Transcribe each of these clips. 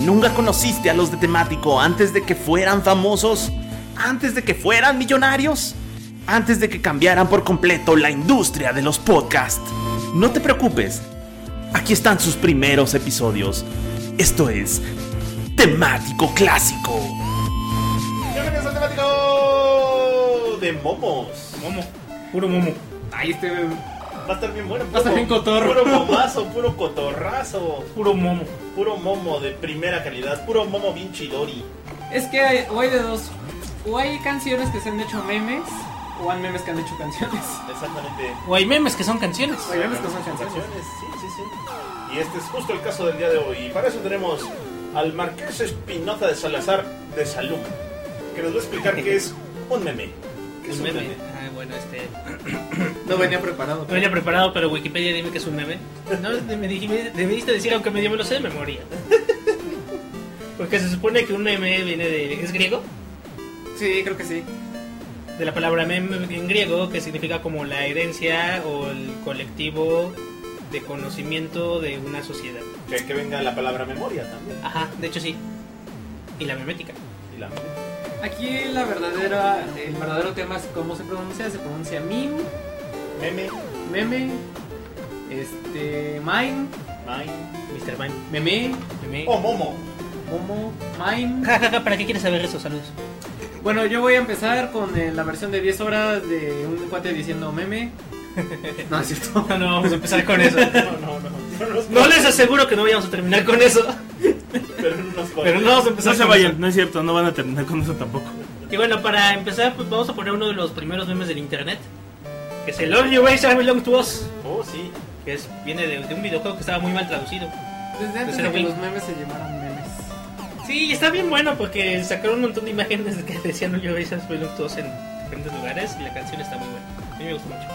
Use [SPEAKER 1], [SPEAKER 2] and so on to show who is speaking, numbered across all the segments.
[SPEAKER 1] ¿Nunca conociste a los de temático antes de que fueran famosos? ¿Antes de que fueran millonarios? ¿Antes de que cambiaran por completo la industria de los podcasts? No te preocupes, aquí están sus primeros episodios. Esto es temático clásico.
[SPEAKER 2] Bienvenidos al temático de momos.
[SPEAKER 3] Momo, puro momo. Ay, este
[SPEAKER 2] Va a estar bien bueno.
[SPEAKER 3] Va a estar bien cotorro.
[SPEAKER 2] Puro momazo, puro cotorrazo.
[SPEAKER 3] puro momo.
[SPEAKER 2] Puro momo de primera calidad. Puro momo bien chidori.
[SPEAKER 4] Es que hay, o hay de dos. O hay canciones que se han hecho memes, o hay memes que han hecho canciones.
[SPEAKER 2] Exactamente.
[SPEAKER 3] O hay memes que son canciones.
[SPEAKER 4] Hay memes que son canciones.
[SPEAKER 2] Sí, sí, sí. Y este es justo el caso del día de hoy. Y para eso tenemos al Marqués Espinoza de Salazar de Salud, que nos va a explicar qué es un meme. ¿Qué es
[SPEAKER 5] Un meme. Ah, bueno, este.
[SPEAKER 4] No venía preparado.
[SPEAKER 5] No venía preparado, pero Wikipedia dime que es un meme. No, me dijiste, debiste decir, aunque medio me lo sé de memoria. Porque se supone que un meme viene de. ¿Es griego?
[SPEAKER 4] Sí, creo que sí.
[SPEAKER 5] De la palabra meme en griego, que significa como la herencia o el colectivo de conocimiento de una sociedad.
[SPEAKER 2] Que, que venga la palabra memoria también.
[SPEAKER 5] Ajá, de hecho sí. Y la memética.
[SPEAKER 2] Y la-
[SPEAKER 4] Aquí la verdadera, el verdadero tema es cómo se pronuncia. Se pronuncia meme,
[SPEAKER 2] meme,
[SPEAKER 4] meme, este, mime,
[SPEAKER 2] mine,
[SPEAKER 5] Mr. Mime.
[SPEAKER 4] meme,
[SPEAKER 5] Meme.
[SPEAKER 3] Oh,
[SPEAKER 2] o momo.
[SPEAKER 4] momo, mime.
[SPEAKER 5] Ja, ja, ja, ¿para qué quieres saber eso? Saludos.
[SPEAKER 4] Bueno, yo voy a empezar con eh, la versión de 10 horas de un cuate diciendo meme. No, es cierto.
[SPEAKER 5] No, no, vamos a empezar con eso.
[SPEAKER 2] No, no, no. No, nos-
[SPEAKER 5] No les aseguro que no vayamos a terminar con eso.
[SPEAKER 2] pero no nos
[SPEAKER 5] Pero no vamos a empezar
[SPEAKER 3] No se
[SPEAKER 5] con
[SPEAKER 3] vayan, no es cierto, no van a terminar con eso tampoco.
[SPEAKER 5] Y bueno, para empezar, pues vamos a poner uno de los primeros memes del internet. Que es el Only Way I Belong to Us.
[SPEAKER 2] Oh, sí.
[SPEAKER 5] Que es, viene de, de un videojuego que estaba muy mal traducido.
[SPEAKER 4] Desde antes
[SPEAKER 5] Pues era
[SPEAKER 4] de que
[SPEAKER 5] Wii.
[SPEAKER 4] los memes se llamaran memes.
[SPEAKER 5] Sí, está bien bueno porque sacaron un montón de imágenes que decían Only Way I Belong to Us en diferentes lugares. Y la canción está muy buena. A mí me gustó mucho.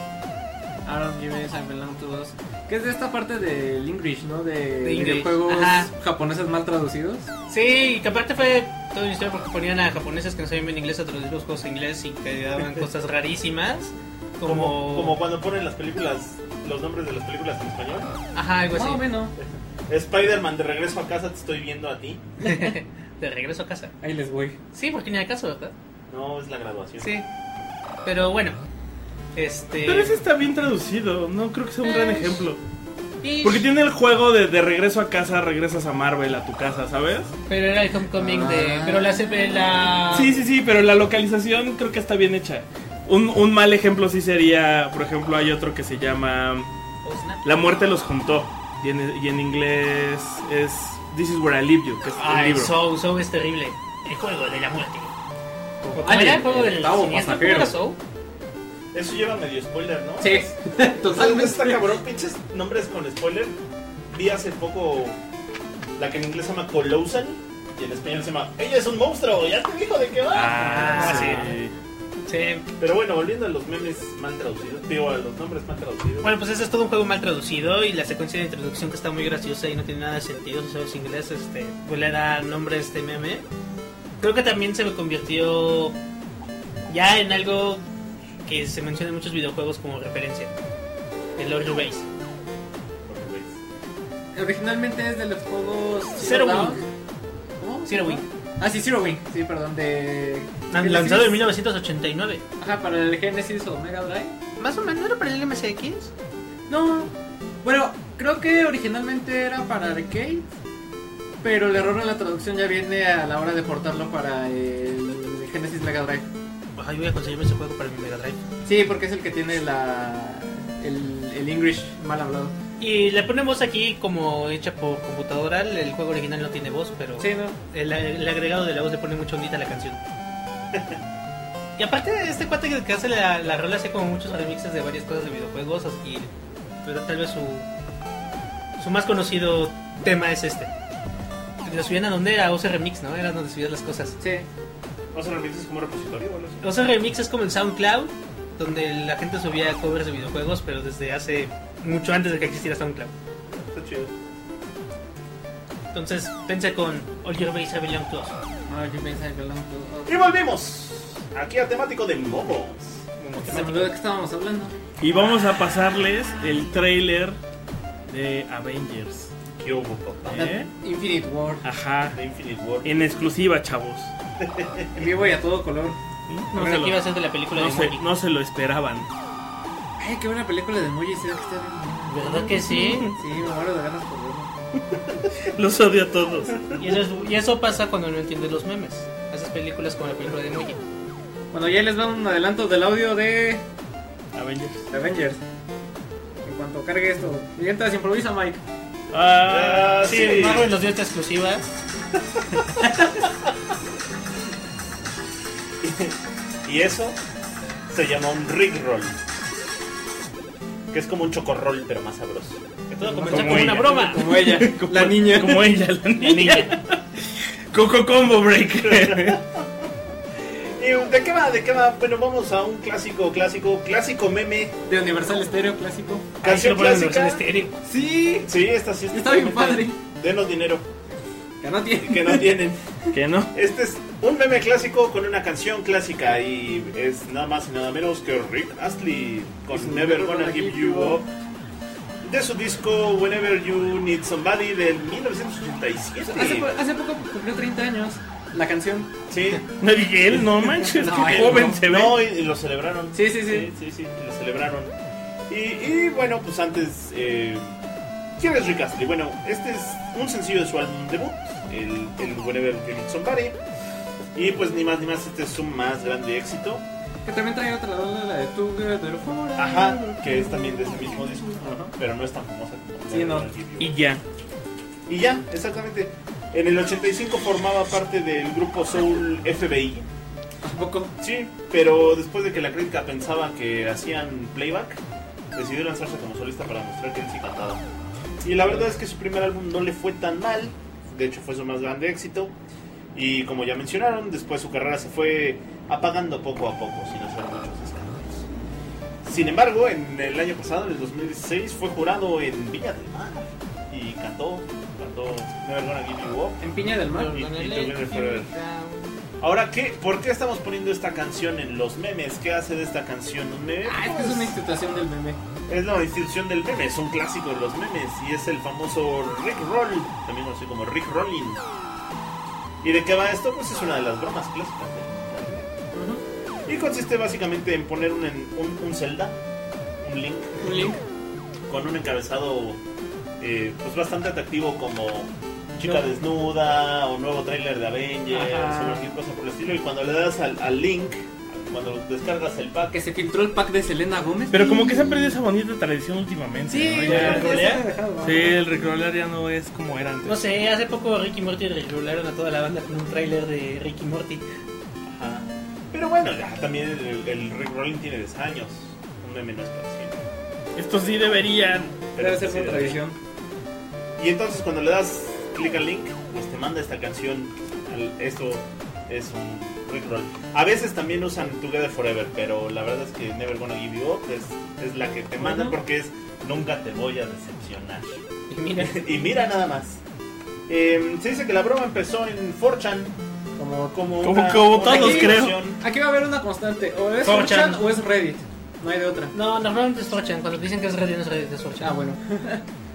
[SPEAKER 4] Aaron Gibbons, I Belong to Us. Que es de esta parte del English, ¿no? De,
[SPEAKER 5] English,
[SPEAKER 4] videojuegos
[SPEAKER 5] ajá.
[SPEAKER 4] japoneses mal traducidos.
[SPEAKER 5] Sí, que aparte fue toda una historia porque ponían a japoneses que no sabían bien inglés a traducir los juegos en inglés y que daban cosas rarísimas. Como.
[SPEAKER 2] Como, como cuando ponen las películas, los nombres de las películas en español.
[SPEAKER 5] Ajá, algo así.
[SPEAKER 4] Más o menos.
[SPEAKER 2] Spider-Man de regreso a casa, te estoy viendo a ti.
[SPEAKER 5] De regreso a casa.
[SPEAKER 4] Ahí les voy.
[SPEAKER 5] Sí, porque ni al caso, ¿verdad?
[SPEAKER 2] No, es la graduación.
[SPEAKER 5] Sí. Pero bueno. Este.
[SPEAKER 3] Pero ese está bien traducido, no creo que sea un gran ejemplo.
[SPEAKER 5] y-
[SPEAKER 3] Porque tiene el juego de, de regreso a casa, regresas a Marvel a tu casa, ¿sabes?
[SPEAKER 5] Pero era el homecoming de.
[SPEAKER 4] Ah.
[SPEAKER 5] Pero la CP la.
[SPEAKER 3] Sí, sí, sí, pero la localización creo que está bien hecha. Un, un mal ejemplo sí sería, por ejemplo, hay otro que se llama
[SPEAKER 5] O snap.
[SPEAKER 3] La muerte los juntó. Y en, y en inglés es This is where I leave you, que es
[SPEAKER 5] Ah,
[SPEAKER 3] el
[SPEAKER 5] el
[SPEAKER 3] libro.
[SPEAKER 5] Soul, Soul es terrible. El juego de la muerte.
[SPEAKER 4] Ah,
[SPEAKER 5] era
[SPEAKER 4] el
[SPEAKER 5] el juego del
[SPEAKER 4] octavo
[SPEAKER 5] siniestro,
[SPEAKER 4] pasajero.
[SPEAKER 5] ¿cómo era Soul?
[SPEAKER 2] Eso lleva medio spoiler, ¿no?
[SPEAKER 4] Sí,
[SPEAKER 2] Totalmente
[SPEAKER 4] totalmente.
[SPEAKER 2] está cabrón, pinches nombres con spoiler. Vi hace poco la que en inglés se llama Colossal y en español se llama Ella es un monstruo, ya te dijo de qué va.
[SPEAKER 3] Ah,
[SPEAKER 5] Ah,
[SPEAKER 3] sí.
[SPEAKER 5] Sí.
[SPEAKER 2] Pero bueno, volviendo a los memes mal traducidos, digo, a los nombres mal traducidos.
[SPEAKER 5] Bueno, pues ese es todo un juego mal traducido y la secuencia de introducción que está muy graciosa y no tiene nada de sentido. Si sabes inglés, este, pues le da nombre a este meme. Creo que también se lo convirtió ya en algo que se menciona en muchos videojuegos como referencia. El Lord Base.
[SPEAKER 2] Porque, pues,
[SPEAKER 4] Originalmente es de los juegos
[SPEAKER 5] Zero
[SPEAKER 4] Dawn.
[SPEAKER 5] Wing.
[SPEAKER 4] ¿Cómo?
[SPEAKER 5] Zero Wing.
[SPEAKER 4] Ah, sí, Zero Wing. Sí, perdón, de. Genesis.
[SPEAKER 5] Lanzado en 1989.
[SPEAKER 4] Ajá, para el Genesis o Mega Drive.
[SPEAKER 5] Más o menos era para el MSX.
[SPEAKER 4] No. Bueno, creo que originalmente era para arcade. Pero el error en la traducción ya viene a la hora de portarlo para el Genesis Mega Drive.
[SPEAKER 5] Ajá, yo voy a conseguirme ese juego para mi Mega Drive.
[SPEAKER 4] Sí, porque es el que tiene la el, el English mal hablado.
[SPEAKER 5] Y le ponemos aquí como hecha por computadora. El juego original no tiene voz, pero
[SPEAKER 4] Sí, no.
[SPEAKER 5] el, el agregado de la voz le pone mucha ondita a la canción. y aparte, este cuate que, que hace la, la rola hace como muchos remixes de varias cosas de videojuegos. Y pero tal vez su, su más conocido tema es este. Lo subían a donde era OC Remix, ¿no? Era donde subías las cosas.
[SPEAKER 4] Sí.
[SPEAKER 2] ¿Vas a remixes como repositorio o algo así?
[SPEAKER 5] O sea, Remix es como el SoundCloud, donde la gente subía covers de videojuegos, pero desde hace mucho antes de que existiera SoundCloud.
[SPEAKER 2] Está chido.
[SPEAKER 5] Entonces, pensé con All Your Base Rebellion 2.
[SPEAKER 4] No, Ah, yo pensaba que hablamos todo-
[SPEAKER 2] Y volvemos aquí a temático de momos.
[SPEAKER 4] Se me olvidó de qué estábamos hablando.
[SPEAKER 3] Y vamos a pasarles el trailer de Avengers.
[SPEAKER 2] ¿Qué hubo, papá?
[SPEAKER 3] ¿eh?
[SPEAKER 4] Infinite War.
[SPEAKER 3] Ajá.
[SPEAKER 2] The Infinite War.
[SPEAKER 3] En exclusiva, chavos.
[SPEAKER 4] En vivo y a todo color.
[SPEAKER 5] No
[SPEAKER 3] se
[SPEAKER 5] sé
[SPEAKER 3] lo-
[SPEAKER 5] qué iba a ser de la película
[SPEAKER 3] no
[SPEAKER 5] de
[SPEAKER 3] se,
[SPEAKER 5] Monkey.
[SPEAKER 3] no se lo esperaban.
[SPEAKER 4] Ay, qué buena película de Moji. Sí, que está bien.
[SPEAKER 5] ¿Verdad que sí?
[SPEAKER 4] Sí, me muero de ganas por verlo.
[SPEAKER 3] Los odio a todos.
[SPEAKER 5] Y eso, es- y eso pasa cuando no entiendes los memes. Esas películas como la película de Monkey.
[SPEAKER 4] Bueno, ya les va un adelanto del audio de
[SPEAKER 3] Avengers.
[SPEAKER 4] Avengers. En cuanto cargue esto. Y entras, improvisa, Mike.
[SPEAKER 3] Ah, sí.
[SPEAKER 5] Marvel nos dio esta exclusiva.
[SPEAKER 2] Y eso se llama un rickroll. Que es como un chocorrol, pero más sabroso.
[SPEAKER 5] Que todo comenzó
[SPEAKER 3] Como
[SPEAKER 5] con una
[SPEAKER 3] ella.
[SPEAKER 5] broma.
[SPEAKER 4] Como ella, la niña.
[SPEAKER 3] Como ella, la niña. Coco Combo Breaker.
[SPEAKER 2] ¿Y uh, ¿De qué va? ¿De qué va? Bueno, vamos a un clásico, clásico, clásico meme.
[SPEAKER 4] De Universal Stereo clásico.
[SPEAKER 5] Ahí sí
[SPEAKER 2] Canción
[SPEAKER 5] lo ponen en versión
[SPEAKER 2] clásica.
[SPEAKER 5] estéreo.
[SPEAKER 4] Sí,
[SPEAKER 2] Sí, esta sí.
[SPEAKER 4] Está bien
[SPEAKER 2] totalmente- Denos dinero
[SPEAKER 4] que no tiene.
[SPEAKER 2] que no tienen.
[SPEAKER 3] que no.
[SPEAKER 2] Este es un meme clásico con una canción clásica y es nada más y nada menos que Rick Astley
[SPEAKER 4] Es
[SPEAKER 2] con
[SPEAKER 4] un
[SPEAKER 2] Never
[SPEAKER 4] Never
[SPEAKER 2] Gonna
[SPEAKER 4] Gonna
[SPEAKER 2] Give
[SPEAKER 4] Give
[SPEAKER 2] You
[SPEAKER 4] You
[SPEAKER 2] Up de su disco Whenever You Need Somebody del 1987.
[SPEAKER 4] Hace, po- hace poco cumplió 30 años la canción.
[SPEAKER 2] Sí.
[SPEAKER 3] Miguel, no manches,
[SPEAKER 4] No,
[SPEAKER 3] qué
[SPEAKER 4] él
[SPEAKER 3] joven
[SPEAKER 4] no.
[SPEAKER 3] se ve.
[SPEAKER 2] No, y, y lo celebraron.
[SPEAKER 4] Sí, sí,
[SPEAKER 2] sí,
[SPEAKER 4] sí.
[SPEAKER 2] sí, sí, lo celebraron. Y, y, bueno, pues antes, eh, ¿quién es Rick Astley? Bueno, este es un sencillo de su álbum debut, el, el Whenever You Need Somebody. Y pues ni más ni más, este es su más grande éxito.
[SPEAKER 4] Que también trae otra rola, la de Together Forever.
[SPEAKER 2] Ajá, que es también de ese mismo disco,
[SPEAKER 4] Ajá.
[SPEAKER 2] pero no es tan famosa como
[SPEAKER 4] Sí, no.
[SPEAKER 3] Y ya.
[SPEAKER 2] Y ya, exactamente. En el 85 formaba parte del grupo Soul FBI.
[SPEAKER 4] ¿A poco?
[SPEAKER 2] Sí, pero después de que la crítica pensaba que hacían playback, decidió lanzarse como solista para mostrar que él sí cantaba. Y la verdad es que su primer álbum no le fue tan mal, de hecho fue su más grande éxito. Y como ya mencionaron, después su carrera se fue apagando poco a poco, sin hacer muchos escándalos. Sin embargo, en el año pasado, en el 2016, fue jurado en Villa del Mar y cantó, cantó Never Gonna Give You Up.
[SPEAKER 4] En Piña del Mar.
[SPEAKER 2] Y- y Together Forever. Ahora, ¿qué? ¿por qué estamos poniendo esta canción en los memes? ¿Qué hace de esta canción un meme?
[SPEAKER 4] Ah, es que es una institución del meme.
[SPEAKER 2] Es la institución del meme, es un clásico de los memes y es el famoso Rick Roll, también conocido como Rick Rolling. ¿Y de qué va esto? Pues es una de las bromas clásicas. de- Y consiste básicamente en poner un, en- un, un Zelda, un Link,
[SPEAKER 4] Un link.
[SPEAKER 2] con un encabezado eh, pues bastante atractivo como chica desnuda o nuevo tráiler de Avengers
[SPEAKER 4] Ajá.
[SPEAKER 2] o cualquier cosa por el estilo y cuando le das al, al link cuando descargas el pack
[SPEAKER 4] Que se filtró el pack de Selena Gómez.
[SPEAKER 3] Pero como que se ha perdido esa bonita tradición últimamente.
[SPEAKER 4] Sí,
[SPEAKER 3] ¿no?
[SPEAKER 4] güey, ya
[SPEAKER 3] Ya.
[SPEAKER 4] se ha dejado, ¿no?
[SPEAKER 3] Sí, el recrolar ya no es como era antes.
[SPEAKER 5] No sé, hace poco Ricky Morty regularon a toda la banda con un tráiler de Ricky Morty.
[SPEAKER 2] Ajá. pero bueno ya también el, el Rick Rolling tiene 10 años un meme no es para siempre
[SPEAKER 3] Esto sí deberían.
[SPEAKER 2] Pero
[SPEAKER 4] Debe ser
[SPEAKER 2] sí,
[SPEAKER 4] por
[SPEAKER 2] de-
[SPEAKER 4] tradición.
[SPEAKER 2] y entonces cuando le das clic al link pues te manda esta canción al- esto es un Rick Roll a veces también usan Together Forever pero la verdad es que Never Gonna Give You Up es, es la que te mandan
[SPEAKER 5] Ujú.
[SPEAKER 2] porque es nunca te voy a decepcionar
[SPEAKER 5] Y mira,
[SPEAKER 2] Y mira nada más. Eh, se dice que la broma empezó en 4chan.
[SPEAKER 4] Como,
[SPEAKER 2] Como,
[SPEAKER 3] Como- como
[SPEAKER 4] todos,
[SPEAKER 3] creo.
[SPEAKER 2] versión.
[SPEAKER 4] Aquí va a haber una constante. O es
[SPEAKER 5] 4chan.
[SPEAKER 4] 4chan o es Reddit. No hay de otra.
[SPEAKER 5] no, normalmente es Forchan. Cuando dicen que es Reddit, no es Reddit, es Forchan.
[SPEAKER 4] Ah, bueno.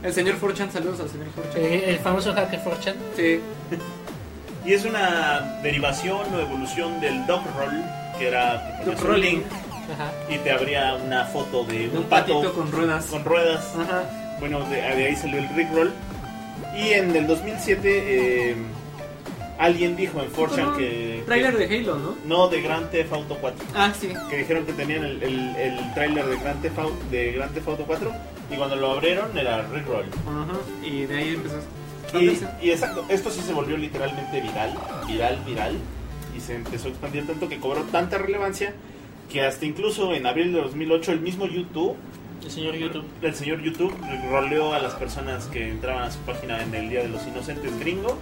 [SPEAKER 4] El señor 4chan, saludos al señor 4chan.
[SPEAKER 5] Eh, el famoso hacker Forchan.
[SPEAKER 4] Sí.
[SPEAKER 2] Y es una derivación o evolución del dog roll, que era que
[SPEAKER 4] Dog
[SPEAKER 2] ponías un
[SPEAKER 4] rolling.
[SPEAKER 2] link
[SPEAKER 5] Ajá.
[SPEAKER 2] y te abría una foto de un,
[SPEAKER 4] Un
[SPEAKER 2] pato,
[SPEAKER 4] patito con ruedas.
[SPEAKER 2] con ruedas.
[SPEAKER 4] Ajá.
[SPEAKER 2] Bueno, de, de ahí salió el Rick Roll. Y en el 2007 eh, alguien dijo en 4chan que,
[SPEAKER 4] Trailer de Halo, ¿no?
[SPEAKER 2] no de Grand Theft Auto 4.
[SPEAKER 4] Ah, sí.
[SPEAKER 2] que dijeron que tenían el, el, el tráiler de Grand Theft Auto, de Grand Theft Auto 4 y cuando lo abrieron era Rickroll.
[SPEAKER 4] Ajá. Y de ahí empezó. Ah,
[SPEAKER 2] Y, y exacto, esto sí se volvió literalmente viral, viral, viral y se empezó a expandir tanto que cobró tanta relevancia que hasta incluso en abril de 2008 el mismo YouTube,
[SPEAKER 5] El señor YouTube.
[SPEAKER 2] el señor YouTube roleó a las personas que entraban a su página en el Día de los Inocentes gringo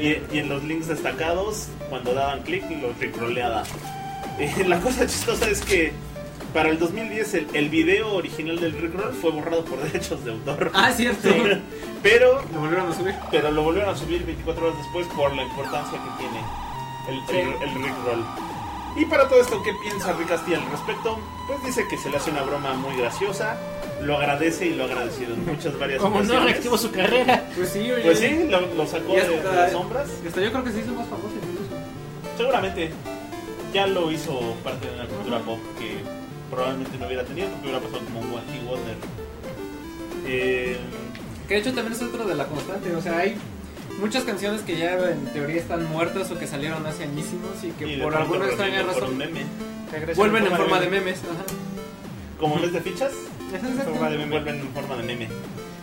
[SPEAKER 2] y, y en los links destacados, cuando daban clic, los recroleaba. Eh, la cosa chistosa es que para el 2010 el, el video original del Rickroll fue borrado por derechos de autor.
[SPEAKER 4] Ah, cierto.
[SPEAKER 2] Pero,
[SPEAKER 4] Lo volvieron a subir.
[SPEAKER 2] pero lo volvieron a subir 24 horas después por la importancia que tiene el, el, el Rickroll. Y para todo esto, ¿qué piensa Rick Castilla al respecto? Pues dice que se le hace una broma muy graciosa, lo agradece y lo ha agradecido en muchas varias
[SPEAKER 5] Como no
[SPEAKER 2] ocasiones.
[SPEAKER 5] reactivó su eh. carrera.
[SPEAKER 4] Pues sí, oye.
[SPEAKER 2] Pues sí, lo, lo sacó
[SPEAKER 4] Ya
[SPEAKER 2] de, de
[SPEAKER 4] está.
[SPEAKER 2] las sombras.
[SPEAKER 4] Hasta yo creo que se hizo más famoso incluso.
[SPEAKER 2] Seguramente ya lo hizo parte de la cultura pop que probablemente no hubiera tenido porque hubiera pasado como un Wacky Wonder. Eh,
[SPEAKER 4] Que de hecho también es otro de la constante. O sea, hay muchas canciones que ya en teoría están muertas o que salieron hace añísimos y que
[SPEAKER 2] y de
[SPEAKER 4] por
[SPEAKER 2] pronto
[SPEAKER 4] alguna extraña
[SPEAKER 2] revivió por un
[SPEAKER 4] razón
[SPEAKER 2] meme.
[SPEAKER 4] vuelven en forma de memes. Ajá.
[SPEAKER 2] Como mes de fichas, en
[SPEAKER 4] Exacto.
[SPEAKER 2] forma de meme, vuelven en forma de meme.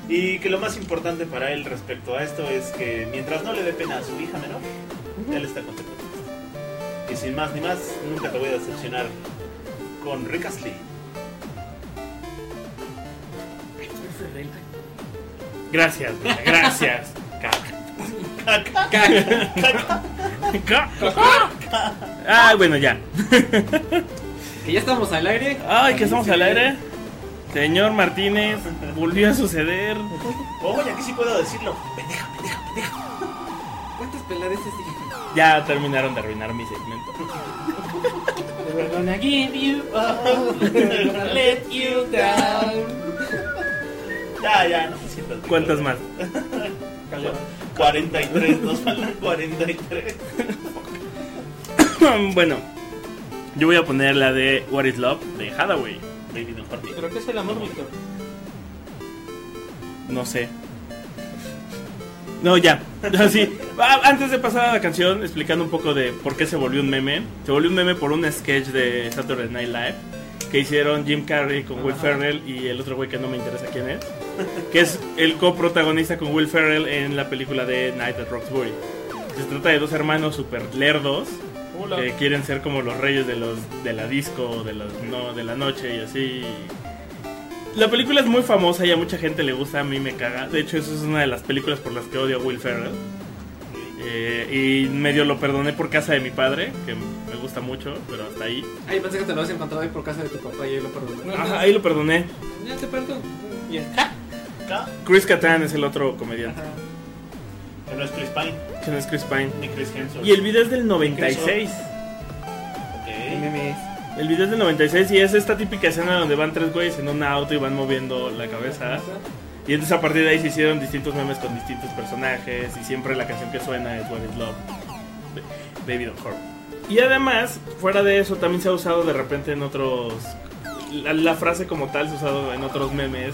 [SPEAKER 2] Y que lo más importante para él respecto a esto es que mientras no le dé pena a su hija menor, él está contento. Y sin más ni más, nunca te voy a decepcionar con Rick Astley.
[SPEAKER 3] Gracias, mira, gracias. Ca- Ay, Ah, bueno, ya.
[SPEAKER 4] Que ya estamos al aire.
[SPEAKER 3] Ay, que estamos al aire. Señor Martínez, volvió a suceder.
[SPEAKER 2] Oye, Oh, aquí sí puedo decirlo.
[SPEAKER 4] ¿Cuántas peladeces dije?
[SPEAKER 3] Ya terminaron de arruinar mi segmento.
[SPEAKER 5] We're gonna give you up, we're gonna let you down.
[SPEAKER 2] Ya, ya, no te sientas. Rick.
[SPEAKER 3] ¿Cuántas más?
[SPEAKER 2] 43, nos faltan 43.
[SPEAKER 3] bueno, yo voy a poner la de What is Love de Hathaway.
[SPEAKER 2] Baby, no por mí.
[SPEAKER 5] Creo que es el amor, Víctor.
[SPEAKER 3] No sé. No, ya. Así. Ah, Antes de pasar a la canción, explicando un poco de por qué se volvió un meme. Se volvió un meme por un sketch de Saturday Night Live que hicieron Jim Carrey con Will Ferrell y el otro güey que no me interesa quién es. Que es el coprotagonista con Will Ferrell en la película de Night at Roxbury. Se trata de dos hermanos super lerdos que quieren ser como los reyes de los de la disco, de los no, de la noche y así. La película es muy famosa y a mucha gente le gusta, a mí me caga. De hecho, eso es una de las películas por las que odio a Will Ferrell. Eh, y medio lo perdoné por casa de mi padre, que me gusta mucho, pero hasta ahí.
[SPEAKER 4] Ay, pensé que te lo habías encontrado ahí por casa de tu papá y yo lo perdoné.
[SPEAKER 3] Ajá, ahí lo perdoné.
[SPEAKER 4] Ya te perdono.
[SPEAKER 5] Y el tra.
[SPEAKER 2] Acá,
[SPEAKER 3] Chris Kattan es el otro comediante,
[SPEAKER 2] que no es Chris Pine,
[SPEAKER 3] que no es Chris Pine.
[SPEAKER 2] ni Chris Hemsworth.
[SPEAKER 3] Y el video es del 96.
[SPEAKER 2] Ok.
[SPEAKER 4] Memes.
[SPEAKER 3] El video es del 96 y es esta típica escena donde van tres güeyes en un auto y van moviendo la cabeza. Y entonces a partir de ahí se hicieron distintos memes con distintos personajes y siempre la canción que suena es What is Love, de Baby Don't Hurt. Y además, fuera de eso, también se ha usado de repente en otros... La, la frase como tal se ha usado en otros memes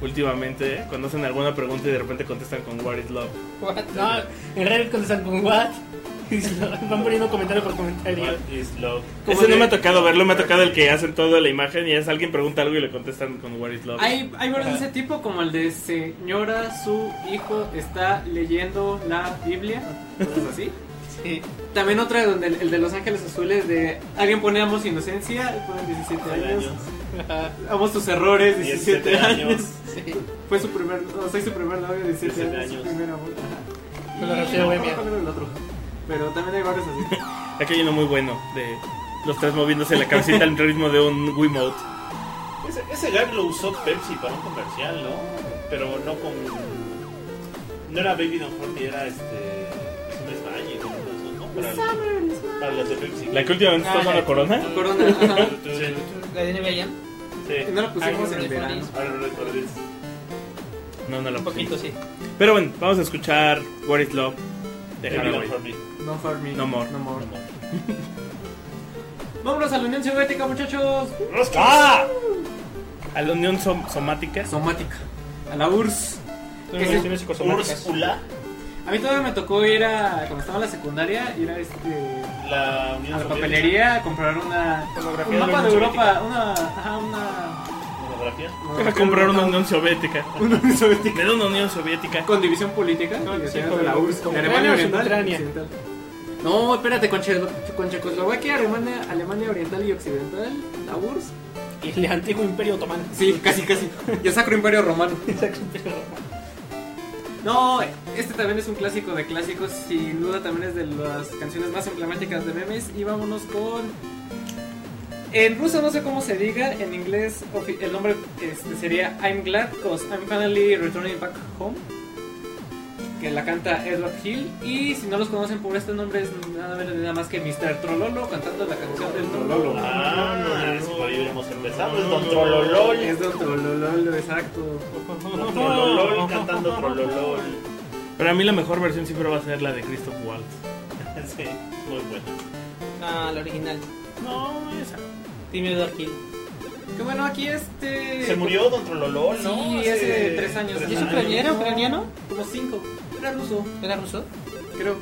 [SPEAKER 3] últimamente, cuando hacen alguna pregunta y de repente contestan con What is Love.
[SPEAKER 5] What? No, en Reddit contestan con what. Y se lo- Van poniendo comentario por comentario.
[SPEAKER 2] What is love?
[SPEAKER 5] Como
[SPEAKER 3] Ese no
[SPEAKER 5] de-
[SPEAKER 3] me ha tocado verlo, me ha tocado el que hacen toda la imagen y es alguien pregunta algo y le contestan con What is Love.
[SPEAKER 4] Hay, hay varios de ese tipo, como el de señora, su hijo está leyendo la Biblia. Cosas así.
[SPEAKER 5] Sí.
[SPEAKER 4] También otra donde el, el de Los Ángeles Azules de alguien pone amos inocencia, ponen 17 años.
[SPEAKER 2] años.
[SPEAKER 5] Ajá,
[SPEAKER 4] Amos tus errores, 17,
[SPEAKER 2] 17
[SPEAKER 4] años.
[SPEAKER 2] años.
[SPEAKER 5] sí.
[SPEAKER 4] Fue su primer, no, soy su primer novio, 17,
[SPEAKER 2] 17
[SPEAKER 4] años. Su
[SPEAKER 2] años.
[SPEAKER 4] primer amor. ajá.
[SPEAKER 5] Con la
[SPEAKER 4] Y
[SPEAKER 5] Rocío
[SPEAKER 4] no,
[SPEAKER 5] Bohemia.
[SPEAKER 4] no, no, no, el otro. Pero también hay varios así.
[SPEAKER 3] Aquí hay uno muy bueno de los tres moviéndose la cabecita al ritmo de un Wiimote.
[SPEAKER 2] Ese, ese gag lo usó Pepsi para un comercial, ¿no? Pero no con. No era Baby Don't Hurt, ni era este. Summer Smile, ¿no? Eso, ¿no? Para, para las de Pepsi.
[SPEAKER 3] La que últimamente está
[SPEAKER 5] Ah,
[SPEAKER 3] usando
[SPEAKER 5] la-
[SPEAKER 3] corona.
[SPEAKER 4] Corona, ajá.
[SPEAKER 2] Sí.
[SPEAKER 5] La de NBA ya.
[SPEAKER 2] Sí.
[SPEAKER 4] No lo pusimos
[SPEAKER 5] Ay,
[SPEAKER 4] en verano.
[SPEAKER 2] Ahora no recuerdes.
[SPEAKER 3] No, no la
[SPEAKER 5] Un poquito, sí.
[SPEAKER 3] Pero bueno, vamos a escuchar What is Love de
[SPEAKER 2] Baby Don't
[SPEAKER 3] Haraway.
[SPEAKER 2] Hurt Me.
[SPEAKER 4] No for me.
[SPEAKER 3] No more.
[SPEAKER 4] No more. Vámonos a la Unión Soviética, muchachos.
[SPEAKER 3] ¡Ah! A la Unión Som- Somática.
[SPEAKER 4] Somática. A la URSS.
[SPEAKER 5] Relaciones psicosomáticas.
[SPEAKER 2] Úrsula,
[SPEAKER 4] A mí todavía me tocó ir a, cuando estaba en la secundaria, ir a, este,
[SPEAKER 2] la
[SPEAKER 4] a
[SPEAKER 2] Unión
[SPEAKER 4] la
[SPEAKER 2] Soviética.
[SPEAKER 4] papelería a comprar una,
[SPEAKER 5] Fotografía
[SPEAKER 4] un
[SPEAKER 5] de la
[SPEAKER 4] mapa de
[SPEAKER 5] Unión
[SPEAKER 4] Europa, una, ajá, una,
[SPEAKER 2] Monografía.
[SPEAKER 3] Voy a comprar una Unión Soviética.
[SPEAKER 4] una Unión Soviética.
[SPEAKER 3] Me da una Unión Soviética.
[SPEAKER 4] Con división política,
[SPEAKER 5] No,
[SPEAKER 4] y
[SPEAKER 5] sí,
[SPEAKER 4] decían
[SPEAKER 5] con-
[SPEAKER 4] de la URSS,
[SPEAKER 5] con
[SPEAKER 4] de Alemania
[SPEAKER 5] Ucrania o sin
[SPEAKER 4] Oriental y
[SPEAKER 5] Ucrania.
[SPEAKER 4] Occidental. No, espérate, con, Che- con Checoslovaquia, Alemania, Alemania Oriental y Occidental, la URSS.
[SPEAKER 5] Y el antiguo imperio otomano.
[SPEAKER 4] Sí, casi, casi. Ya Sacro Imperio Romano.
[SPEAKER 5] Exacto, imperio romano.
[SPEAKER 4] No, este también es un clásico de clásicos, sin duda también es de las canciones más emblemáticas de memes. Y vámonos con. En ruso no sé cómo se diga, en inglés ofi- el nombre este, sería I'm glad because I'm finally returning back home. que la canta Edward Hill. Y si no los conocen por este nombre, es nada menos ni nada más que Mr. Trololo cantando la canción del Trololo.
[SPEAKER 2] Ah, no, no, por ahí hubiéramos empezado. Es Don
[SPEAKER 4] Trololol,
[SPEAKER 2] Trololol.
[SPEAKER 4] es Don Trolololo, exacto.
[SPEAKER 2] Don Trololol cantando Trololol.
[SPEAKER 3] Pero a mí la mejor versión siempre va a ser la de Christoph Waltz.
[SPEAKER 2] Sí, muy bueno.
[SPEAKER 5] No, la original.
[SPEAKER 3] No, esa.
[SPEAKER 5] Tímido Hill.
[SPEAKER 4] Que bueno, aquí este.
[SPEAKER 2] Se murió Don Trololol, ¿no?
[SPEAKER 4] Sí, hace tres años.
[SPEAKER 2] tres
[SPEAKER 5] ¿Y es
[SPEAKER 2] años.
[SPEAKER 5] ucraniano, ucraniano?
[SPEAKER 4] Como cinco. Era ruso,
[SPEAKER 5] ¿Era ruso?
[SPEAKER 4] creo.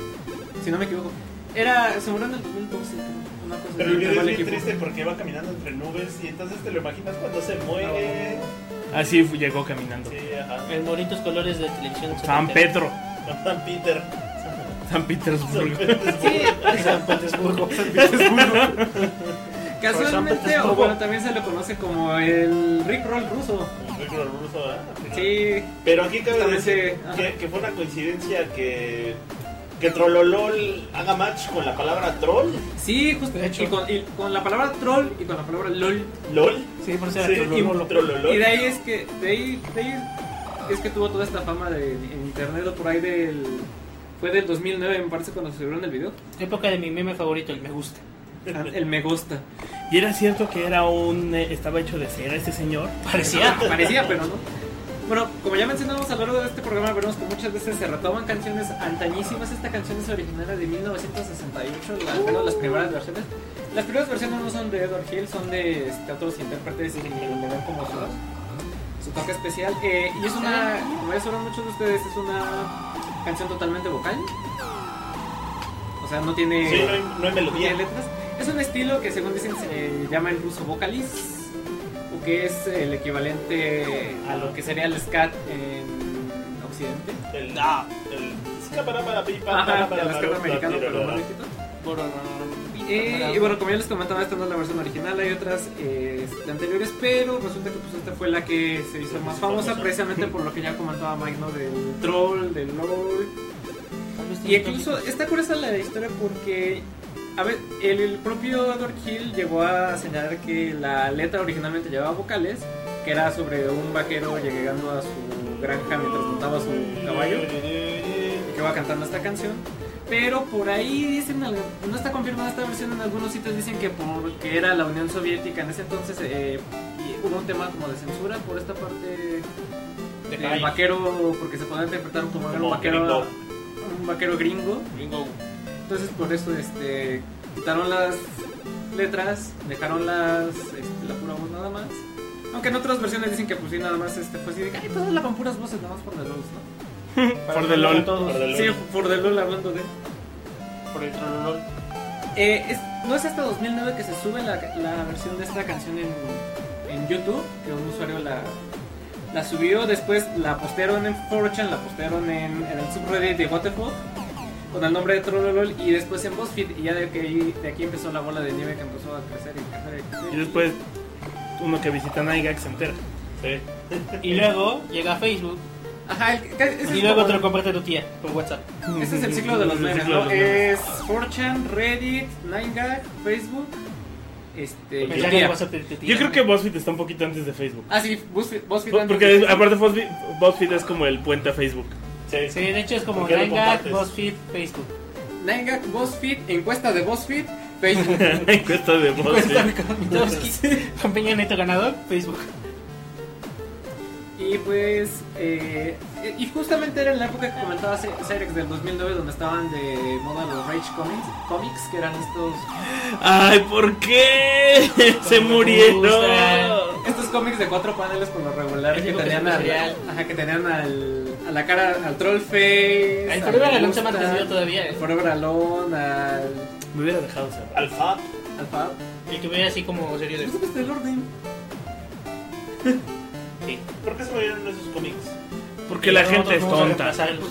[SPEAKER 4] Si no me equivoco. Era. Se murió en el 2012. creo, Una cosa
[SPEAKER 2] Pero
[SPEAKER 4] así,
[SPEAKER 2] el video es
[SPEAKER 4] mal
[SPEAKER 2] bien
[SPEAKER 4] equipo.
[SPEAKER 2] triste porque va caminando entre nubes y entonces te lo imaginas cuando se muere.
[SPEAKER 3] Así fu- llegó caminando.
[SPEAKER 2] Sí, ajá.
[SPEAKER 5] En bonitos colores de televisión.
[SPEAKER 3] San
[SPEAKER 5] setentera.
[SPEAKER 3] Pedro,
[SPEAKER 2] Con San Peter.
[SPEAKER 3] San Petersburgo.
[SPEAKER 5] Sí, San Petersburgo.
[SPEAKER 4] Casualmente, o bueno, también se lo conoce como el Rick Roll ruso.
[SPEAKER 2] Un vehículo ruso, ¿verdad?
[SPEAKER 4] Sí,
[SPEAKER 2] Pero aquí cabe
[SPEAKER 4] Justamente,
[SPEAKER 2] decir
[SPEAKER 4] ajá.
[SPEAKER 2] que, que fue una coincidencia que, que Trololol haga match con la palabra troll,
[SPEAKER 4] sí, justo.
[SPEAKER 5] De hecho.
[SPEAKER 4] Y con, y con la palabra troll y con la palabra lol.
[SPEAKER 2] lol.
[SPEAKER 5] Sí, por
[SPEAKER 2] Sí,
[SPEAKER 5] ser
[SPEAKER 2] y Trololol.
[SPEAKER 4] Y de ahí es que, de ahí, de ahí es que tuvo toda esta fama de, en internet o por ahí del. Fue del 2009, me parece, cuando subieron el video.
[SPEAKER 5] Época de mi meme favorito, el me gusta.
[SPEAKER 4] El me gusta.
[SPEAKER 3] Y era cierto que era un eh, estaba hecho de cera este señor.
[SPEAKER 5] Parecía.
[SPEAKER 4] Parecía, pero no. Bueno, como ya mencionamos a lo largo de este programa, veremos que muchas veces se retoman canciones antañísimas. Esta canción es originaria de 1968, la- al menos las primeras versiones. Las primeras versiones no son de Edward Hill, son de este, otros intérpretes y le dan como su, su toque especial. Eh, y es una, como ya sabrán muchos de ustedes, es una canción totalmente vocal. O sea, no tiene...
[SPEAKER 2] Sí, no hay, no hay
[SPEAKER 4] Y hay
[SPEAKER 2] melodía.
[SPEAKER 4] letras. Es un estilo que según dicen se llama el ruso vocalis, o que es el equivalente a lo que sería el scat en Occidente.
[SPEAKER 2] El, ah, el
[SPEAKER 4] Ajá, el scat americano, pero no mexicano. Eh, y bueno, como ya les comentaba, esta no es la versión original, hay otras eh, este, anteriores, pero resulta que pues esta fue la que se hizo más famosa precisamente por lo que ya comentaba Mike, ¿no? Del troll, del lol. Y incluso está curiosa la historia porque a ver, el, el propio Edward Hill llegó a señalar que la letra originalmente llevaba vocales, que era sobre un vaquero llegando a su granja mientras montaba su caballo, y que va cantando esta canción. Pero por ahí dicen, al- no está confirmada esta versión, en algunos sitios dicen que porque era la Unión Soviética en ese entonces eh, y hubo un tema como de censura por esta parte del vaquero, porque se podía interpretar como era un
[SPEAKER 2] Como
[SPEAKER 4] vaquero,
[SPEAKER 2] gringo.
[SPEAKER 4] un vaquero gringo. Entonces por eso este quitaron las letras, dejaron las este, la pura voz nada más. Aunque en otras versiones dicen que pues sí nada más este pues sí de que, ay pues la con puras voces nada más por the luz, ¿no?
[SPEAKER 3] For the lol.
[SPEAKER 4] Sí, por the luz hablando de
[SPEAKER 5] Por el trololol.
[SPEAKER 4] Eh, es- no es hasta 2009 que se sube la, la versión de esta canción en, en YouTube, que un usuario la, la subió, después la postearon en 4chan, la postearon en, en el subreddit de WTF con el nombre de Trollolol y después en BuzzFeed y ya de, que ahí- de aquí empezó la bola de nieve que empezó a crecer y crecer y crecer.
[SPEAKER 3] Y después uno que visita Naigax se entera.
[SPEAKER 5] Y luego llega a Facebook.
[SPEAKER 4] Ajá, el- ca- ese,
[SPEAKER 5] Y
[SPEAKER 4] es
[SPEAKER 5] luego
[SPEAKER 4] como-
[SPEAKER 5] te lo comparte tu tía por WhatsApp.
[SPEAKER 4] ese Este es el ciclo de los
[SPEAKER 3] El
[SPEAKER 4] memes, ¿no?
[SPEAKER 3] ciclo de los
[SPEAKER 4] Es
[SPEAKER 3] memes.
[SPEAKER 4] 4chan, Reddit, 9gag, Facebook, este... y
[SPEAKER 5] Mensaje de
[SPEAKER 4] tía.
[SPEAKER 5] WhatsApp de tu tía.
[SPEAKER 3] Yo creo que BuzzFeed está un poquito antes de Facebook.
[SPEAKER 4] Ah, sí, BuzzFeed. BuzzFeed antes de
[SPEAKER 3] Pues, Porque
[SPEAKER 4] Facebook.
[SPEAKER 3] aparte BuzzFeed, BuzzFeed es como el puente a Facebook.
[SPEAKER 5] Sí, de hecho es como
[SPEAKER 2] ¿Por qué lo
[SPEAKER 5] Nanga,
[SPEAKER 2] compartes?
[SPEAKER 5] BuzzFeed, Facebook.
[SPEAKER 4] Nengak, BuzzFeed, encuesta de BuzzFeed, Facebook.
[SPEAKER 3] Encuesta de BuzzFeed.
[SPEAKER 5] Mitowski, con Peña Neto ganador, Facebook.
[SPEAKER 4] y pues, eh, y justamente era en la época que comentaba Ce- Cerex del 2009, donde estaban de moda los Rage Comics, comics que eran estos,
[SPEAKER 3] Ay, ¿por qué? Se
[SPEAKER 5] me
[SPEAKER 3] murieron.
[SPEAKER 5] gusta.
[SPEAKER 4] estos cómics de cuatro paneles por lo regular
[SPEAKER 5] Es
[SPEAKER 4] que
[SPEAKER 5] lo que
[SPEAKER 4] tenían,
[SPEAKER 5] es
[SPEAKER 4] al,
[SPEAKER 5] real.
[SPEAKER 4] ajá, que tenían al, a la cara, al troll face,
[SPEAKER 5] El
[SPEAKER 4] al
[SPEAKER 5] problema de la
[SPEAKER 4] Me
[SPEAKER 5] noche más
[SPEAKER 4] Gusta,
[SPEAKER 5] recibido todavía.
[SPEAKER 4] al
[SPEAKER 5] eh.
[SPEAKER 4] Forever Alone, al,
[SPEAKER 3] Me hubiera dejado ser.
[SPEAKER 2] Alfa.
[SPEAKER 4] al Fab.
[SPEAKER 5] El que hubiera así como serio de.
[SPEAKER 4] ¿Tú supiste el orden?
[SPEAKER 2] ¿Por qué se murieron esos cómics?
[SPEAKER 3] Porque la gente
[SPEAKER 5] Nosotros
[SPEAKER 3] es
[SPEAKER 5] vamos a
[SPEAKER 3] tonta.
[SPEAKER 5] reemplazarlos.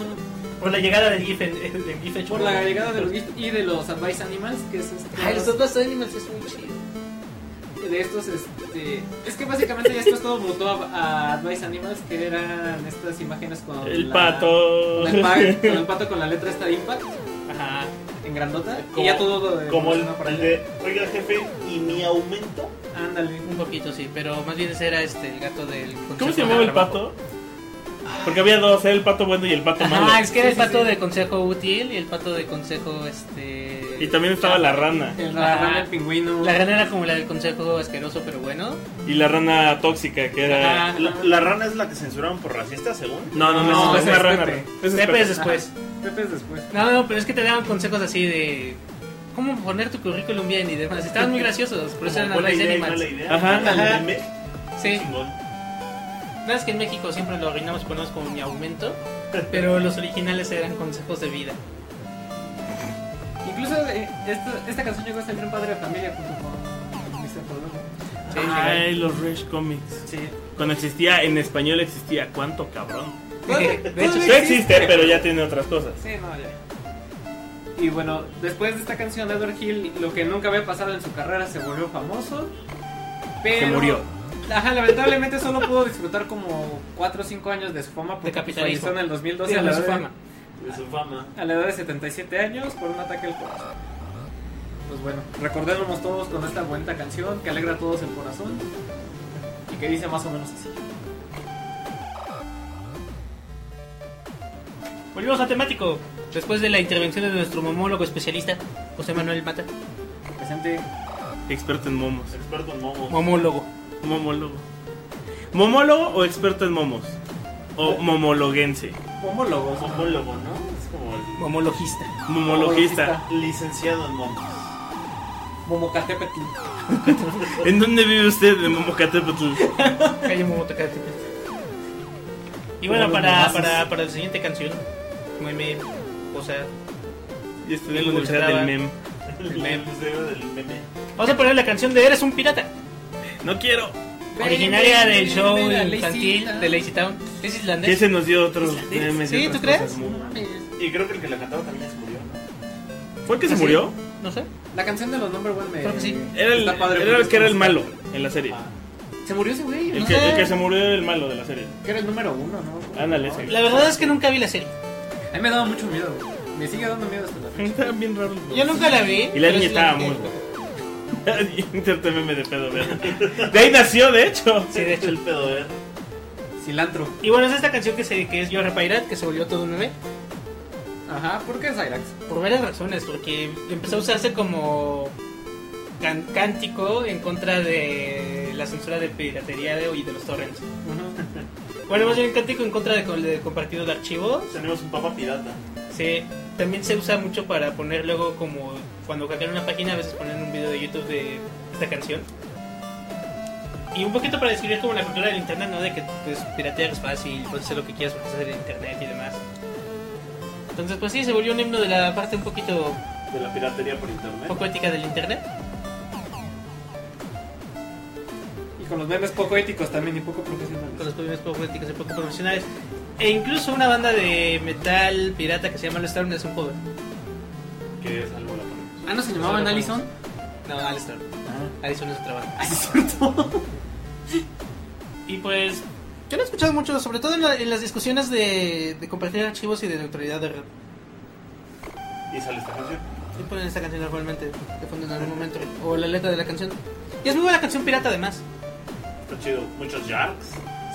[SPEAKER 5] Por la llegada eh, del GIF en, del GIF hecho
[SPEAKER 4] Por la llegada de los Gist- y de los Advice Animals, que es este...
[SPEAKER 5] Ay, los otros animals es muy chido.
[SPEAKER 4] de estos, este, es que básicamente ya esto todo mutó a, a Advice Animals, que eran estas imágenes con
[SPEAKER 3] El
[SPEAKER 4] la-
[SPEAKER 3] pato.
[SPEAKER 4] con el, pa- con el pato con la letra esta de Impact
[SPEAKER 5] Ajá.
[SPEAKER 4] en grandota
[SPEAKER 2] Como-
[SPEAKER 4] y ya todo eh,
[SPEAKER 2] Como el,
[SPEAKER 4] evolucionó para
[SPEAKER 2] el
[SPEAKER 4] allá.
[SPEAKER 2] de, oiga jefe, ¿y mi aumento?
[SPEAKER 4] ándale.
[SPEAKER 5] Un poquito sí, pero más bien ese era este el gato del.
[SPEAKER 3] ¿Cómo
[SPEAKER 5] Consejo
[SPEAKER 3] se llamaba
[SPEAKER 5] de
[SPEAKER 3] el
[SPEAKER 5] Trabajo.
[SPEAKER 3] pato?
[SPEAKER 2] Ay,
[SPEAKER 3] Porque había dos, era el pato bueno y el pato malo.
[SPEAKER 5] Ah, es que era el pato de consejo útil y el pato de consejo este.
[SPEAKER 3] Y también estaba la rana.
[SPEAKER 4] El rana, el pingüino.
[SPEAKER 5] La rana era como la del consejo asqueroso, pero bueno.
[SPEAKER 3] Y la rana tóxica, que era...
[SPEAKER 4] Ajá.
[SPEAKER 2] La, la rana es la que censuraron por racista, según.
[SPEAKER 3] No, no, no,
[SPEAKER 4] No,
[SPEAKER 3] es
[SPEAKER 4] ese
[SPEAKER 3] una
[SPEAKER 4] es
[SPEAKER 3] rana.
[SPEAKER 4] Pepe.
[SPEAKER 3] Ese es
[SPEAKER 5] Pepe
[SPEAKER 3] Pepe.
[SPEAKER 5] es después.
[SPEAKER 4] Pepe es después.
[SPEAKER 5] No, no, pero es que te daban consejos así de. ¿Cómo poner tu currículum bien y demás? Estaban muy graciosos, por eso eran
[SPEAKER 2] Buena
[SPEAKER 5] Advice
[SPEAKER 2] idea y
[SPEAKER 5] Animals.
[SPEAKER 2] mala idea.
[SPEAKER 3] Ajá.
[SPEAKER 5] Ajá.
[SPEAKER 2] Meme,
[SPEAKER 5] Sí,
[SPEAKER 2] chingón.
[SPEAKER 5] nada es que en México siempre lo arruinamos y ponemos como mi aumento, pero los originales eran consejos de vida.
[SPEAKER 4] Incluso eh, esta, esta canción llegó a salir en Padre de Familia junto con Mr. Pablo.
[SPEAKER 5] Sí,
[SPEAKER 3] Ay, los Rush Comics.
[SPEAKER 4] Sí.
[SPEAKER 3] Cuando existía, en español existía, ¿cuánto cabrón?
[SPEAKER 5] De hecho,
[SPEAKER 3] Sí existe, pero ya tiene otras cosas.
[SPEAKER 4] Sí, no, ya. Y bueno, después de esta canción, Edward Hill, lo que nunca había pasado en su carrera, se volvió famoso. Pero,
[SPEAKER 3] Se murió.
[SPEAKER 4] Ajá, lamentablemente solo pudo disfrutar como 4 o 5 años de su fama porque
[SPEAKER 5] De capitalismo.
[SPEAKER 4] falleció en el 2012 a,
[SPEAKER 5] Díganme
[SPEAKER 4] la
[SPEAKER 5] su
[SPEAKER 4] edad de-
[SPEAKER 5] fama.
[SPEAKER 2] De su fama.
[SPEAKER 4] a la edad de 77 años por un ataque al corazón. Pues bueno, recordémonos todos con esta bonita canción que alegra a todos el corazón y que dice más o menos así.
[SPEAKER 5] Volvemos a temático. Después de la intervención de nuestro momólogo especialista, José Manuel Mata.
[SPEAKER 4] Presente.
[SPEAKER 3] Experto en momos.
[SPEAKER 2] Experto en momos.
[SPEAKER 5] Momólogo.
[SPEAKER 3] Momólogo. ¿Momólogo o experto en momos? O momologuense.
[SPEAKER 4] Homólogos.
[SPEAKER 2] Momólogo, ¿no? Es como el
[SPEAKER 5] Momologista.
[SPEAKER 3] Momologista.
[SPEAKER 2] licenciado en momos.
[SPEAKER 4] Momocatépetl.
[SPEAKER 3] ¿En dónde vive usted de Momocatépetl?
[SPEAKER 5] Calle Momotacate. Y bueno, para, para, para la siguiente canción, meme, o sea,
[SPEAKER 3] Yo estudié en la Universidad del MEM.
[SPEAKER 2] El
[SPEAKER 5] meme.
[SPEAKER 2] museo del meme.
[SPEAKER 5] vamos a poner la canción de Eres un pirata.
[SPEAKER 3] No quiero.
[SPEAKER 5] Originaria del show
[SPEAKER 4] Ven, ven, ven,
[SPEAKER 5] infantil
[SPEAKER 4] Lazy
[SPEAKER 5] de Lazy Town. Es
[SPEAKER 3] Que
[SPEAKER 5] islandés.
[SPEAKER 3] ese nos dio otros memes y
[SPEAKER 5] Sí,
[SPEAKER 3] otras
[SPEAKER 5] ¿tú crees?
[SPEAKER 3] cosas muy-
[SPEAKER 2] Y creo que el que la cantaba también se murió, ¿no?
[SPEAKER 3] ¿Fue el que se
[SPEAKER 5] ¿Ah, sí?
[SPEAKER 3] murió?
[SPEAKER 5] No sé.
[SPEAKER 4] La canción de los number one me.
[SPEAKER 5] Creo que sí.
[SPEAKER 3] Era el,
[SPEAKER 4] está padre
[SPEAKER 3] era el
[SPEAKER 4] porque
[SPEAKER 3] que era el
[SPEAKER 4] es-
[SPEAKER 3] malo en la
[SPEAKER 5] Ah.
[SPEAKER 3] serie.
[SPEAKER 4] Ah. Se murió ese güey.
[SPEAKER 3] El
[SPEAKER 4] ¿no?
[SPEAKER 3] que,
[SPEAKER 5] sé.
[SPEAKER 3] el que se murió era el malo de la serie.
[SPEAKER 4] Que era el número uno, ¿no?
[SPEAKER 3] Ándale,
[SPEAKER 4] No.
[SPEAKER 3] ese.
[SPEAKER 5] La verdad es que nunca vi la serie.
[SPEAKER 4] A mí me daba mucho miedo. güey. Me sigue dando miedo este hasta la fecha.
[SPEAKER 3] Estaban bien raros. los-
[SPEAKER 5] Yo nunca la vi.
[SPEAKER 3] Y la
[SPEAKER 5] pero
[SPEAKER 3] niña
[SPEAKER 5] sí
[SPEAKER 3] estaba muy. Inserté meme de pedo, ¿verdad? De ahí nació, de hecho.
[SPEAKER 5] Sí, de hecho.
[SPEAKER 2] el pedo, ¿eh?
[SPEAKER 4] Cilantro.
[SPEAKER 5] Y bueno, es esta canción que, se, que es Yo Repairat, que se volvió todo un meme.
[SPEAKER 4] Ajá, ¿por qué Cyrax?
[SPEAKER 5] Por varias razones, porque empezó a usarse como can- cántico en contra de la censura de piratería de, y de los torrents. Bueno, más bien cántico en contra de, co- de compartido de archivos.
[SPEAKER 2] Tenemos un papa pirata.
[SPEAKER 5] Sí, también se usa mucho para poner luego como cuando hackean una página, a veces ponen un video de YouTube de esta canción. Y un poquito para describir como la cultura del internet, ¿no? De que pues piratear es fácil, puedes hacer lo que quieras, puedes hacer en internet y demás. Entonces, pues sí, se volvió un himno de la parte un poquito
[SPEAKER 2] De la piratería por internet.
[SPEAKER 5] poco ética del internet.
[SPEAKER 4] Y con los memes poco éticos también y poco
[SPEAKER 5] con
[SPEAKER 4] profesionales.
[SPEAKER 5] los primeros poco éticos y poco profesionales. E incluso una banda de metal pirata que se llama Alstorm es un cover.
[SPEAKER 2] Que es algo la ponemos.
[SPEAKER 4] Ah, ¿no se
[SPEAKER 5] llamaban
[SPEAKER 4] llamaban
[SPEAKER 5] Allison?
[SPEAKER 4] Allison?
[SPEAKER 5] No, Alstorm. Alison es otra banda.
[SPEAKER 4] Ah, sí, es cierto.
[SPEAKER 5] Y pues, yo lo he escuchado mucho, sobre todo en, la- en las discusiones de, de compartir archivos y de neutralidad de red.
[SPEAKER 2] Y sale esta canción.
[SPEAKER 5] Y ponen esta canción normalmente, de fondo en algún momento. O la letra de la canción. Y es muy buena canción pirata además.
[SPEAKER 2] Está chido. Muchos yarks.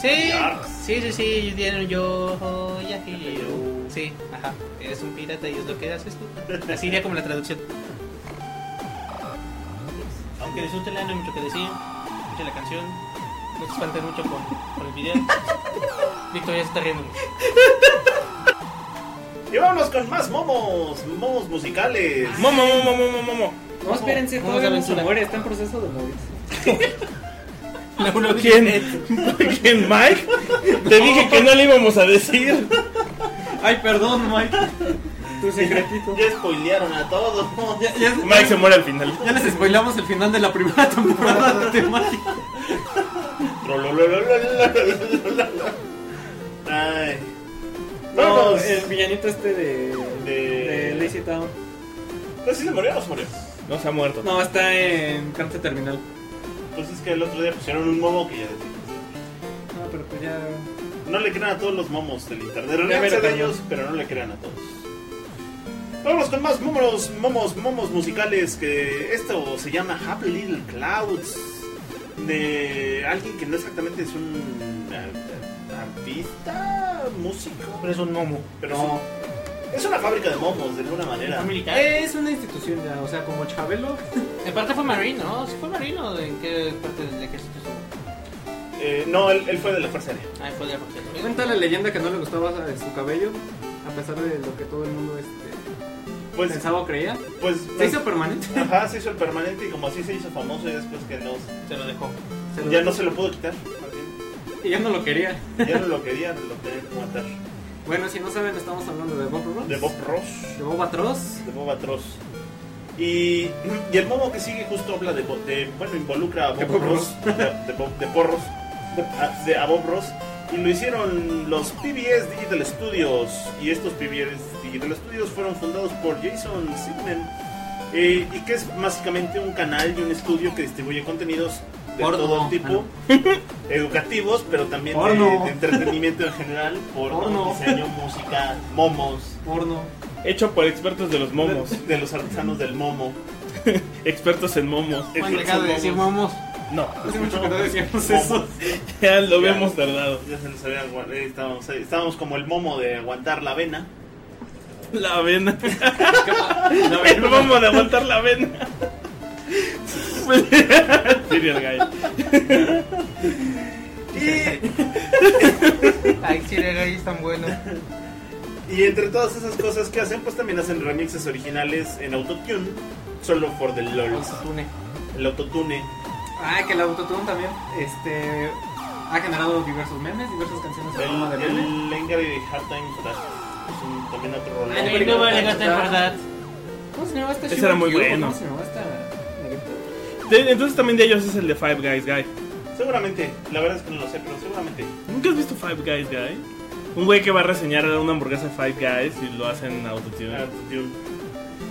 [SPEAKER 5] Sí,
[SPEAKER 2] Yarks.
[SPEAKER 5] sí, sí, sí, dieron yo, oh, ya, y yo. Sí, ajá, eres un pirata y es lo que haces tú. Así iría como la traducción. Aunque disfrútenla, no hay mucho que decir. Escuchen la canción. No se espanten mucho con, con el video. Victoria se está riendo mucho.
[SPEAKER 2] Y vámonos con más momos. Momos musicales.
[SPEAKER 3] Momo, momo, momo, momo.
[SPEAKER 4] No, espérense,
[SPEAKER 5] ¿Cómo
[SPEAKER 4] todavía
[SPEAKER 5] se
[SPEAKER 4] no se
[SPEAKER 5] aventura?
[SPEAKER 4] muere, está en proceso de morirse.
[SPEAKER 3] ¿Quién? ¿Quién, Mike? Te dije que no le íbamos a decir.
[SPEAKER 4] Ay, perdón, Mike. Tu secretito.
[SPEAKER 2] Ya spoilearon a todos.
[SPEAKER 4] Ya, ya-
[SPEAKER 3] Mike se muere al final.
[SPEAKER 4] ya les spoilamos el final de la primera temporada de Temático.
[SPEAKER 2] Ay.
[SPEAKER 4] No,
[SPEAKER 2] Vamos.
[SPEAKER 4] el villanito este de.
[SPEAKER 2] De-
[SPEAKER 4] de Lazy Town.
[SPEAKER 2] Pues si se murió o no se murió.
[SPEAKER 3] No se ha muerto.
[SPEAKER 4] No, está en Cáncer Terminal.
[SPEAKER 2] Entonces Pues que el otro día pusieron un momo que ya decía.
[SPEAKER 4] No, pero pues ya.
[SPEAKER 2] No le crean a todos los momos del internet.
[SPEAKER 4] Ya me lo
[SPEAKER 2] Ríanse de
[SPEAKER 4] creo.
[SPEAKER 2] ellos, pero no le crean a todos. Vámonos con más momos, momos, momos musicales que esto se llama Happy Little Clouds de alguien que no exactamente es un eh, artista un músico,
[SPEAKER 5] Pero es un momo.
[SPEAKER 2] pero es, un- es una fábrica de momos de alguna manera.
[SPEAKER 5] ¿Fue Ah, militar?
[SPEAKER 4] Es una institución ya, o sea, como Chabelo.
[SPEAKER 5] Eh, En parte fue marino, ¿no? ¿Sí fue marino? o ¿En qué parte del ejército estuvo?
[SPEAKER 2] Eh, no, él, él fue de la Fuerza Aérea.
[SPEAKER 5] Ah, fue de la parte del-
[SPEAKER 4] Cuenta la leyenda que no le gustaba eh, su cabello, a pesar de lo que todo el mundo este,
[SPEAKER 2] Pues,
[SPEAKER 4] pensaba o creía.
[SPEAKER 2] pues
[SPEAKER 4] Se hizo permanente.
[SPEAKER 2] ajá, se hizo el permanente y como así se hizo famoso y después que no,
[SPEAKER 5] Se lo dejó.
[SPEAKER 4] Se lo-
[SPEAKER 2] ya no se lo pudo quitar. más bien.
[SPEAKER 4] Y ya no lo quería.
[SPEAKER 2] Ya no lo quería, lo tenía que matar.
[SPEAKER 4] Bueno, si no saben, estamos hablando de Bob Ross.
[SPEAKER 2] De Bob Ross.
[SPEAKER 4] De Bob Atroz.
[SPEAKER 2] de Bob Atroz. Y, y el momo que sigue justo habla de, Bo- de- bueno, involucra a Bob,
[SPEAKER 4] De Bob
[SPEAKER 2] Ross, de, de Bob- de Porros, a, de- a Bob Ross, y lo hicieron los PBS Digital Studios, y estos PBS Digital Studios fueron fundados por Jason Sigman, eh, y que es básicamente un canal y un estudio que distribuye contenidos de
[SPEAKER 4] Porno. Ah.
[SPEAKER 2] todo tipo, educativos, pero también de,
[SPEAKER 4] Porno.
[SPEAKER 2] de entretenimiento en general, porno,
[SPEAKER 4] Porno.
[SPEAKER 2] diseño, música, momos,
[SPEAKER 4] Porno.
[SPEAKER 3] Hecho por expertos de los momos.
[SPEAKER 2] de los artesanos del momo.
[SPEAKER 3] Expertos en momos.
[SPEAKER 5] Juan dejado de decir momos.
[SPEAKER 3] No,
[SPEAKER 4] Hace mucho que no decíamos eso.
[SPEAKER 3] ya lo habíamos tardado.
[SPEAKER 2] Ya se nos había agua- eh, estábamos, eh, estábamos como el momo de aguantar la avena.
[SPEAKER 3] La avena.
[SPEAKER 4] La
[SPEAKER 3] El
[SPEAKER 4] verdad,
[SPEAKER 3] momo de aguantar la avena. Serial guy.
[SPEAKER 2] Y,
[SPEAKER 5] Ay, sí, era ahí tan bueno.
[SPEAKER 2] y entre todas esas cosas que hacen, pues también hacen remixes originales en Autotune, solo for the LOLs.
[SPEAKER 5] Autotune.
[SPEAKER 2] El Autotune.
[SPEAKER 4] Ah, que el autotune también este, ha generado diversos memes, diversas canciones en forma
[SPEAKER 2] El,
[SPEAKER 4] de meme.
[SPEAKER 2] el Engary Hard Time for That. Es un- también otro rollo.
[SPEAKER 4] Ay,
[SPEAKER 5] Ay, no me alegaste en verdad.
[SPEAKER 4] ¿Cómo se llamaba esta
[SPEAKER 3] Ese
[SPEAKER 4] Shiba
[SPEAKER 3] era muy
[SPEAKER 4] Inu?
[SPEAKER 3] bueno.
[SPEAKER 4] ¿Cómo se llamaba este? esta? negrita?
[SPEAKER 3] De- Entonces también de ellos es el de Five Guys Guy.
[SPEAKER 2] Seguramente, la verdad es que no lo sé, pero seguramente.
[SPEAKER 3] ¿Nunca has visto Five Guys Guy? Un güey que va a reseñar una hamburguesa Five Guys y lo hacen en autotune.
[SPEAKER 2] Autotune.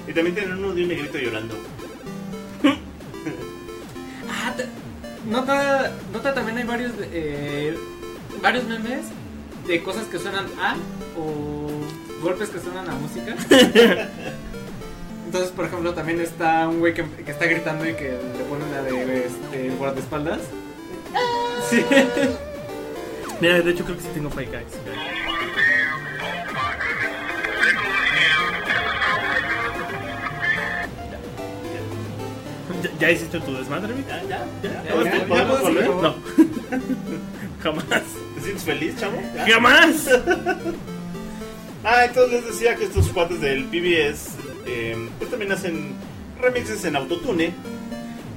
[SPEAKER 2] Y también tienen uno de un negrito llorando.
[SPEAKER 4] Ah, ta- nota, nota también hay varios, de- eh, varios memes de cosas que suenan a o golpes que suenan a música. Entonces, por ejemplo, también está un güey que, que está gritando y que le ponen la de este, guardaespaldas. Sí.
[SPEAKER 3] Mira, de hecho creo que sí tengo Five Guys Guy. ¿Ya, ya hiciste tu desmadre, Vic?
[SPEAKER 2] Ya, ya, ya.
[SPEAKER 4] Ya, ya, ya
[SPEAKER 2] ¿Podemos volver?
[SPEAKER 4] puedes seguir.
[SPEAKER 3] No. Jamás.
[SPEAKER 2] ¿Te sientes feliz, chavo? Ya.
[SPEAKER 3] Jamás.
[SPEAKER 2] Ah, entonces les decía que estos cuates del PBS eh, pues también hacen remixes en autotune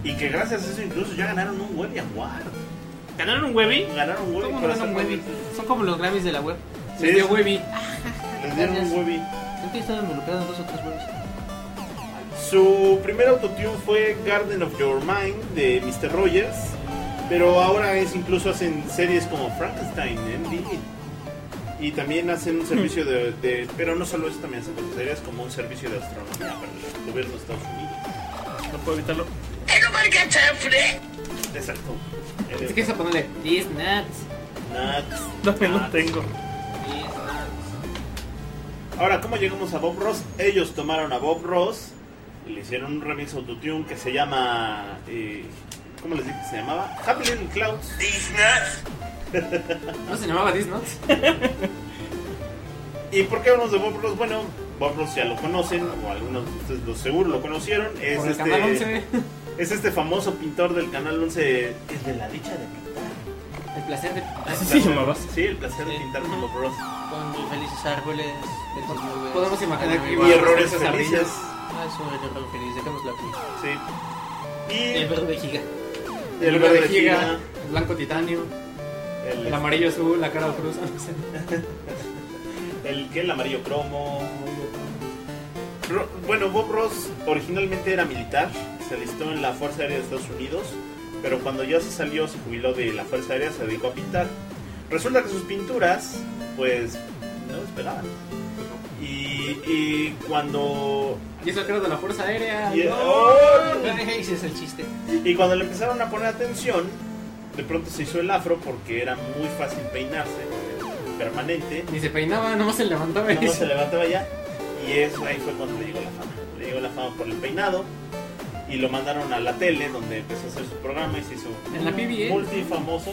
[SPEAKER 2] y que gracias a eso incluso ya ganaron un Webby Award.
[SPEAKER 3] ¿Ganaron un Webby?
[SPEAKER 2] Ganaron un Webby
[SPEAKER 5] ¿Cómo
[SPEAKER 2] por
[SPEAKER 5] no
[SPEAKER 2] hacer
[SPEAKER 5] son Webby?
[SPEAKER 2] remixes.
[SPEAKER 5] Son como los Grammys de la web.
[SPEAKER 2] Sí,
[SPEAKER 4] Les dio
[SPEAKER 2] es-
[SPEAKER 4] Webby. Ah,
[SPEAKER 2] Les dieron un
[SPEAKER 5] Gracias.
[SPEAKER 2] Webby.
[SPEAKER 5] Creo que están involucrados en dos o tres webs.
[SPEAKER 2] Su primer autotune fue Garden of Your Mind de Mr. Rogers, pero ahora es incluso hacen series como Frankenstein, MD. Y también hacen un servicio de, de- Pero no solo eso, también hacen como series como un servicio de astronomía para el gobierno de Estados Unidos.
[SPEAKER 3] No puedo evitarlo.
[SPEAKER 2] Exacto.
[SPEAKER 4] Es que se ponerle These nuts.
[SPEAKER 2] Nuts.
[SPEAKER 3] No, no tengo.
[SPEAKER 2] Ahora, ¿cómo llegamos a Bob Ross? Ellos tomaron a Bob Ross y le hicieron un remix autotune que se llama. eh, ¿Cómo les dije que se llamaba? Happy Little Clouds.
[SPEAKER 4] ¿No se llamaba These nuts?
[SPEAKER 2] ¿Y por qué hablamos de Bob Ross? Bueno, Bob Ross ya lo conocen, o algunos de ustedes lo seguro lo conocieron. Es,
[SPEAKER 4] Por el
[SPEAKER 2] este,
[SPEAKER 4] canal 11.
[SPEAKER 2] es este famoso pintor del canal 11. Es de la dicha de pintar.
[SPEAKER 4] El placer de.
[SPEAKER 3] Así se llamaba.
[SPEAKER 2] Sí, el placer de
[SPEAKER 5] Sí.
[SPEAKER 2] pintar con Bob Ross.
[SPEAKER 5] Con los felices árboles. de sus nubes.
[SPEAKER 4] Podemos imaginar que
[SPEAKER 5] Ay,
[SPEAKER 2] Y
[SPEAKER 4] Igual,
[SPEAKER 2] errores
[SPEAKER 4] esas
[SPEAKER 2] felices.
[SPEAKER 5] Ah, es un error feliz, dejémoslo aquí.
[SPEAKER 2] Sí.
[SPEAKER 5] Y el
[SPEAKER 2] Y
[SPEAKER 5] verde giga.
[SPEAKER 2] el verde
[SPEAKER 4] giga,
[SPEAKER 2] giga,
[SPEAKER 4] el blanco titanio,
[SPEAKER 2] el,
[SPEAKER 4] el amarillo azul, la cara cruz. no sé.
[SPEAKER 2] El que el amarillo cromo. Ro- bueno, Bob Ross originalmente era militar, se alistó en la Fuerza Aérea de Estados Unidos, pero cuando ya se salió, se jubiló de la Fuerza Aérea, se dedicó a pintar. Resulta que sus pinturas, pues, no esperaban. Y, y cuando
[SPEAKER 4] Y eso creo de la Fuerza Aérea.
[SPEAKER 2] Y-
[SPEAKER 4] no.
[SPEAKER 2] ¡Oh!
[SPEAKER 5] Ese es el chiste.
[SPEAKER 2] Y cuando le empezaron a poner atención, de pronto se hizo el afro porque era muy fácil peinarse, permanente,
[SPEAKER 4] Ni se peinaba, nomás se levantaba y
[SPEAKER 2] No se levantaba ya. Y eso ahí fue cuando le llegó la fama. Le llegó la fama por el peinado. Y lo mandaron a la tele donde empezó a hacer su programa y se hizo
[SPEAKER 4] En la PBS.
[SPEAKER 2] multifamoso.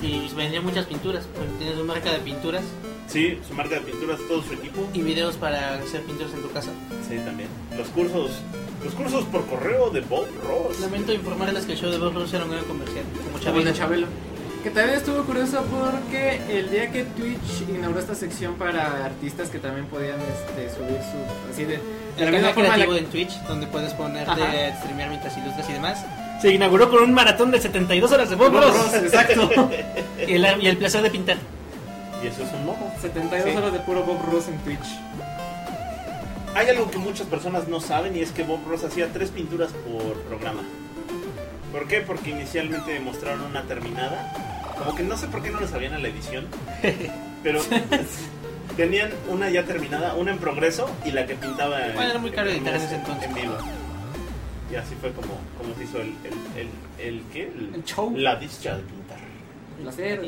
[SPEAKER 5] Y vendía muchas pinturas. porque Tienes una Pues, marca de pinturas.
[SPEAKER 2] Sí, su marca de pinturas, todo su equipo.
[SPEAKER 5] Y videos para ser pintores en tu casa.
[SPEAKER 2] Sí, también. Los cursos, los cursos por correo de Bob Ross.
[SPEAKER 5] Lamento informarles que el show de Bob Ross era un gran comercial. Como
[SPEAKER 4] Chabelo.
[SPEAKER 5] Chabelo.
[SPEAKER 4] Chabelo. Que también estuvo curioso porque el día que Twitch inauguró esta sección para artistas que también podían este, subir su. Así de. de
[SPEAKER 5] El
[SPEAKER 4] la misma
[SPEAKER 5] canal
[SPEAKER 4] forma. en la-
[SPEAKER 5] creativo en Twitch, donde puedes ponerte
[SPEAKER 4] Ajá.
[SPEAKER 5] a streamear mientras ilustras y demás. Se inauguró con un maratón de 72 horas de Bob Ross.
[SPEAKER 4] Exacto.
[SPEAKER 5] Y el, y el placer de pintar.
[SPEAKER 2] Y eso es un logo.
[SPEAKER 4] 72
[SPEAKER 5] Sí.
[SPEAKER 4] horas de puro Bob Ross en Twitch.
[SPEAKER 2] Hay algo que muchas personas no saben y es que Bob Ross hacía tres pinturas por programa. ¿Por qué? Porque inicialmente mostraron una terminada. Como que no sé por qué no le sabían a la edición. Pero tenían una ya terminada, una en progreso y la que pintaba en-
[SPEAKER 5] Bueno, era muy caro
[SPEAKER 2] en-
[SPEAKER 5] editar en ese entonces.
[SPEAKER 2] en vivo. Y así fue como, como se hizo el, el, el, el- ¿qué? El-
[SPEAKER 4] El show.
[SPEAKER 2] La dicha de pintar.
[SPEAKER 4] Placer.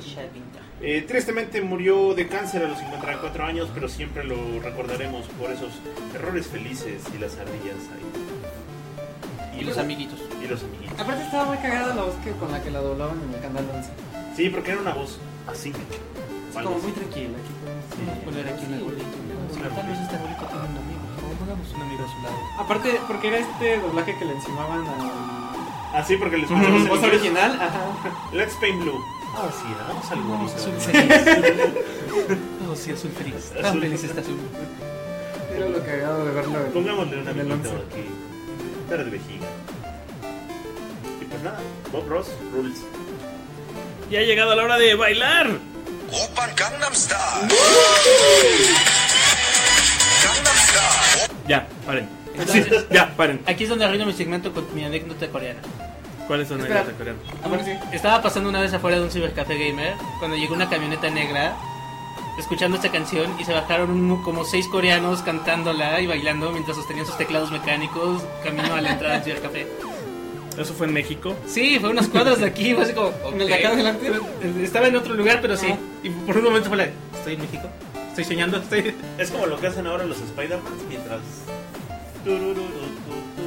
[SPEAKER 2] Eh, tristemente murió de cáncer a los 54 años, pero siempre lo recordaremos por esos errores felices y las ardillas ahí.
[SPEAKER 5] Y los amiguitos.
[SPEAKER 2] Y los amiguitos.
[SPEAKER 4] Aparte estaba muy cagada la voz que con la que la doblaban en el canal 11.
[SPEAKER 2] Sí, porque era una voz así.
[SPEAKER 4] Es
[SPEAKER 2] Bueno,
[SPEAKER 4] como muy tranquila. aquí podemos-
[SPEAKER 5] Vamos a poner aquí un arbolito.
[SPEAKER 2] Sí,
[SPEAKER 5] Tal vez este arbolito tiene un amigo. Como pongamos un amigo a su lado.
[SPEAKER 4] Aparte, porque era este doblaje que le encimaban al.
[SPEAKER 2] Así Ah, porque les
[SPEAKER 4] a
[SPEAKER 2] pusimos
[SPEAKER 4] la
[SPEAKER 2] en
[SPEAKER 4] voz
[SPEAKER 2] inglés.
[SPEAKER 4] original.
[SPEAKER 5] Ah,
[SPEAKER 4] Ajá.
[SPEAKER 2] Let's Paint Blue. Ah, sí, hagamos algo bonito.
[SPEAKER 5] Azul feliz. Oh, sí, azul feliz. Tan
[SPEAKER 2] Azul.
[SPEAKER 5] feliz está azul.
[SPEAKER 4] Era lo cagado de verlo. en-
[SPEAKER 2] Pongámosle un
[SPEAKER 4] en el
[SPEAKER 2] amiguito
[SPEAKER 4] 11.
[SPEAKER 2] aquí. Cara de vejiga. Y pues nada, Bob Ross rules.
[SPEAKER 3] Ya ha llegado la hora de bailar.
[SPEAKER 6] 오빤 강남 스타일. 강남 스타일.
[SPEAKER 3] Ya, paren.
[SPEAKER 5] Entonces-
[SPEAKER 3] Sí, ya, paren.
[SPEAKER 5] Aquí es donde arruino mi segmento con mi anécdota coreana.
[SPEAKER 3] ¿Cuáles son las
[SPEAKER 4] Espera.
[SPEAKER 3] anécdotas coreanas?
[SPEAKER 4] Ah, bueno, sí.
[SPEAKER 5] Estaba pasando una vez afuera de un cibercafé gamer cuando llegó una camioneta negra escuchando esta canción y se bajaron un- como seis coreanos cantándola y bailando mientras sostenían sus teclados mecánicos camino a la entrada del cibercafé.
[SPEAKER 3] Eso fue en México.
[SPEAKER 5] Sí, fue unas cuadras de aquí, fue así como... "Oh, ok.
[SPEAKER 4] ¿En el de acá adelante?
[SPEAKER 5] Estaba en otro lugar, pero sí.
[SPEAKER 4] Ah.
[SPEAKER 5] Y por un momento fue la... Estoy en México. Estoy soñando, estoy...
[SPEAKER 2] Es como lo que hacen ahora los Spider-Man mientras.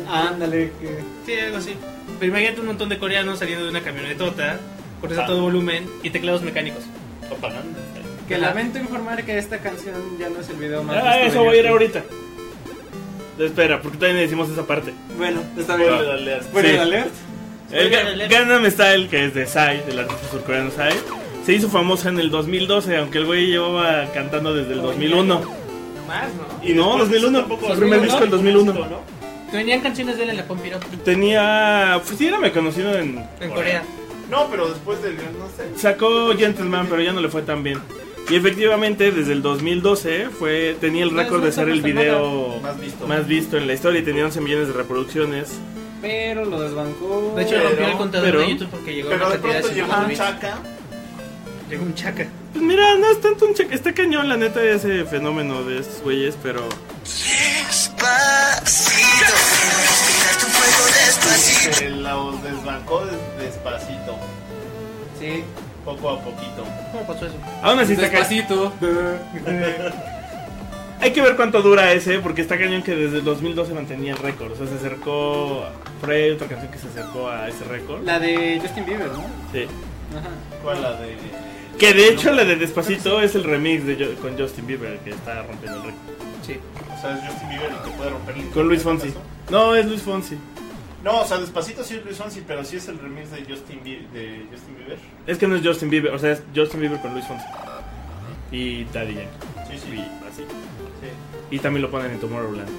[SPEAKER 4] Ándale, que.
[SPEAKER 5] Sí, algo así. Pero imagínate un montón de coreanos saliendo de una camionetota con eso a todo volumen y teclados mecánicos.
[SPEAKER 2] Apagando.
[SPEAKER 4] Que
[SPEAKER 5] Ajá.
[SPEAKER 4] lamento informar que esta canción ya no es el video más.
[SPEAKER 3] Ah,
[SPEAKER 4] visto
[SPEAKER 3] eso
[SPEAKER 4] de
[SPEAKER 3] voy a ir
[SPEAKER 4] YouTube.
[SPEAKER 3] ahorita. Espera, porque también decimos esa parte.
[SPEAKER 4] Bueno, está bien.
[SPEAKER 2] Spoiler alert.
[SPEAKER 4] Bueno,
[SPEAKER 3] Sí.
[SPEAKER 4] dale.
[SPEAKER 3] El
[SPEAKER 5] Spoiler
[SPEAKER 3] Ga-
[SPEAKER 5] alert.
[SPEAKER 3] Gangnam Style, que es de Psy, del artista surcoreano Psy, se hizo famosa en el 2012, aunque el güey llevaba cantando desde
[SPEAKER 5] Oh,
[SPEAKER 3] el 2001.
[SPEAKER 5] Más, ¿no?
[SPEAKER 2] Y
[SPEAKER 3] No,
[SPEAKER 2] después
[SPEAKER 3] 2001.
[SPEAKER 2] tampoco-
[SPEAKER 3] Su primer disco, el 2001.
[SPEAKER 2] ¿no?
[SPEAKER 5] Tenían canciones de él en la Pompiro,
[SPEAKER 3] Tenía. Pues sí, era reconocido en.
[SPEAKER 5] en Corea.
[SPEAKER 2] No, pero después del. No sé.
[SPEAKER 3] Sacó Gentleman, pero ya no le fue tan bien. Y efectivamente, desde el 2012 fue, tenía el
[SPEAKER 5] No,
[SPEAKER 3] récord de
[SPEAKER 5] es
[SPEAKER 3] ser el
[SPEAKER 5] una
[SPEAKER 3] video
[SPEAKER 2] Más visto.
[SPEAKER 3] más visto en la historia y tenía 11 millones de reproducciones.
[SPEAKER 4] Pero lo desbancó.
[SPEAKER 5] De hecho,
[SPEAKER 2] Pero-
[SPEAKER 5] rompió el contador
[SPEAKER 3] pero-
[SPEAKER 5] de YouTube porque llegó
[SPEAKER 2] Pero
[SPEAKER 5] una
[SPEAKER 2] de
[SPEAKER 5] cantidad
[SPEAKER 2] pronto
[SPEAKER 5] de
[SPEAKER 2] llegó
[SPEAKER 5] 50
[SPEAKER 2] un
[SPEAKER 5] mil.
[SPEAKER 2] chaca.
[SPEAKER 5] Llegó un chaca.
[SPEAKER 3] Pues mira, no es tanto un cheque. Está cañón, la neta, ese fenómeno de estos güeyes, pero.
[SPEAKER 6] Despacito. Queremos pintar tu fuego despacito.
[SPEAKER 2] Que los desbancó des- despacito.
[SPEAKER 4] Sí.
[SPEAKER 2] Poco a poquito.
[SPEAKER 5] ¿Cómo pasó eso?
[SPEAKER 3] Aún así está cañón.
[SPEAKER 4] Despacito.
[SPEAKER 3] Hay que ver cuánto dura ese, porque está cañón que desde el 2012 mantenía el récord. O sea, se acercó. Fue otra canción que se acercó a ese récord.
[SPEAKER 4] La de Justin Bieber, ¿no?
[SPEAKER 3] Sí.
[SPEAKER 4] Ajá.
[SPEAKER 2] ¿Cuál la de.?
[SPEAKER 3] Que de hecho la de Despacito es el remix de Jo- con Justin Bieber, el que está rompiendo el récord.
[SPEAKER 5] Sí.
[SPEAKER 2] O sea, es Justin Bieber el que puede romper el-
[SPEAKER 3] Con Luis Fonsi. No, es Luis Fonsi.
[SPEAKER 2] No, o sea, despacito sí es Luis Fonsi, pero sí es el remix de Justin Bieber. De Justin Bieber.
[SPEAKER 3] Es que no es Justin Bieber, o sea, es Justin Bieber con Luis Fonsi. Y Daddy Yankee.
[SPEAKER 2] Sí, sí.
[SPEAKER 3] Y así.
[SPEAKER 2] sí.
[SPEAKER 3] Y también lo ponen en Tomorrowland.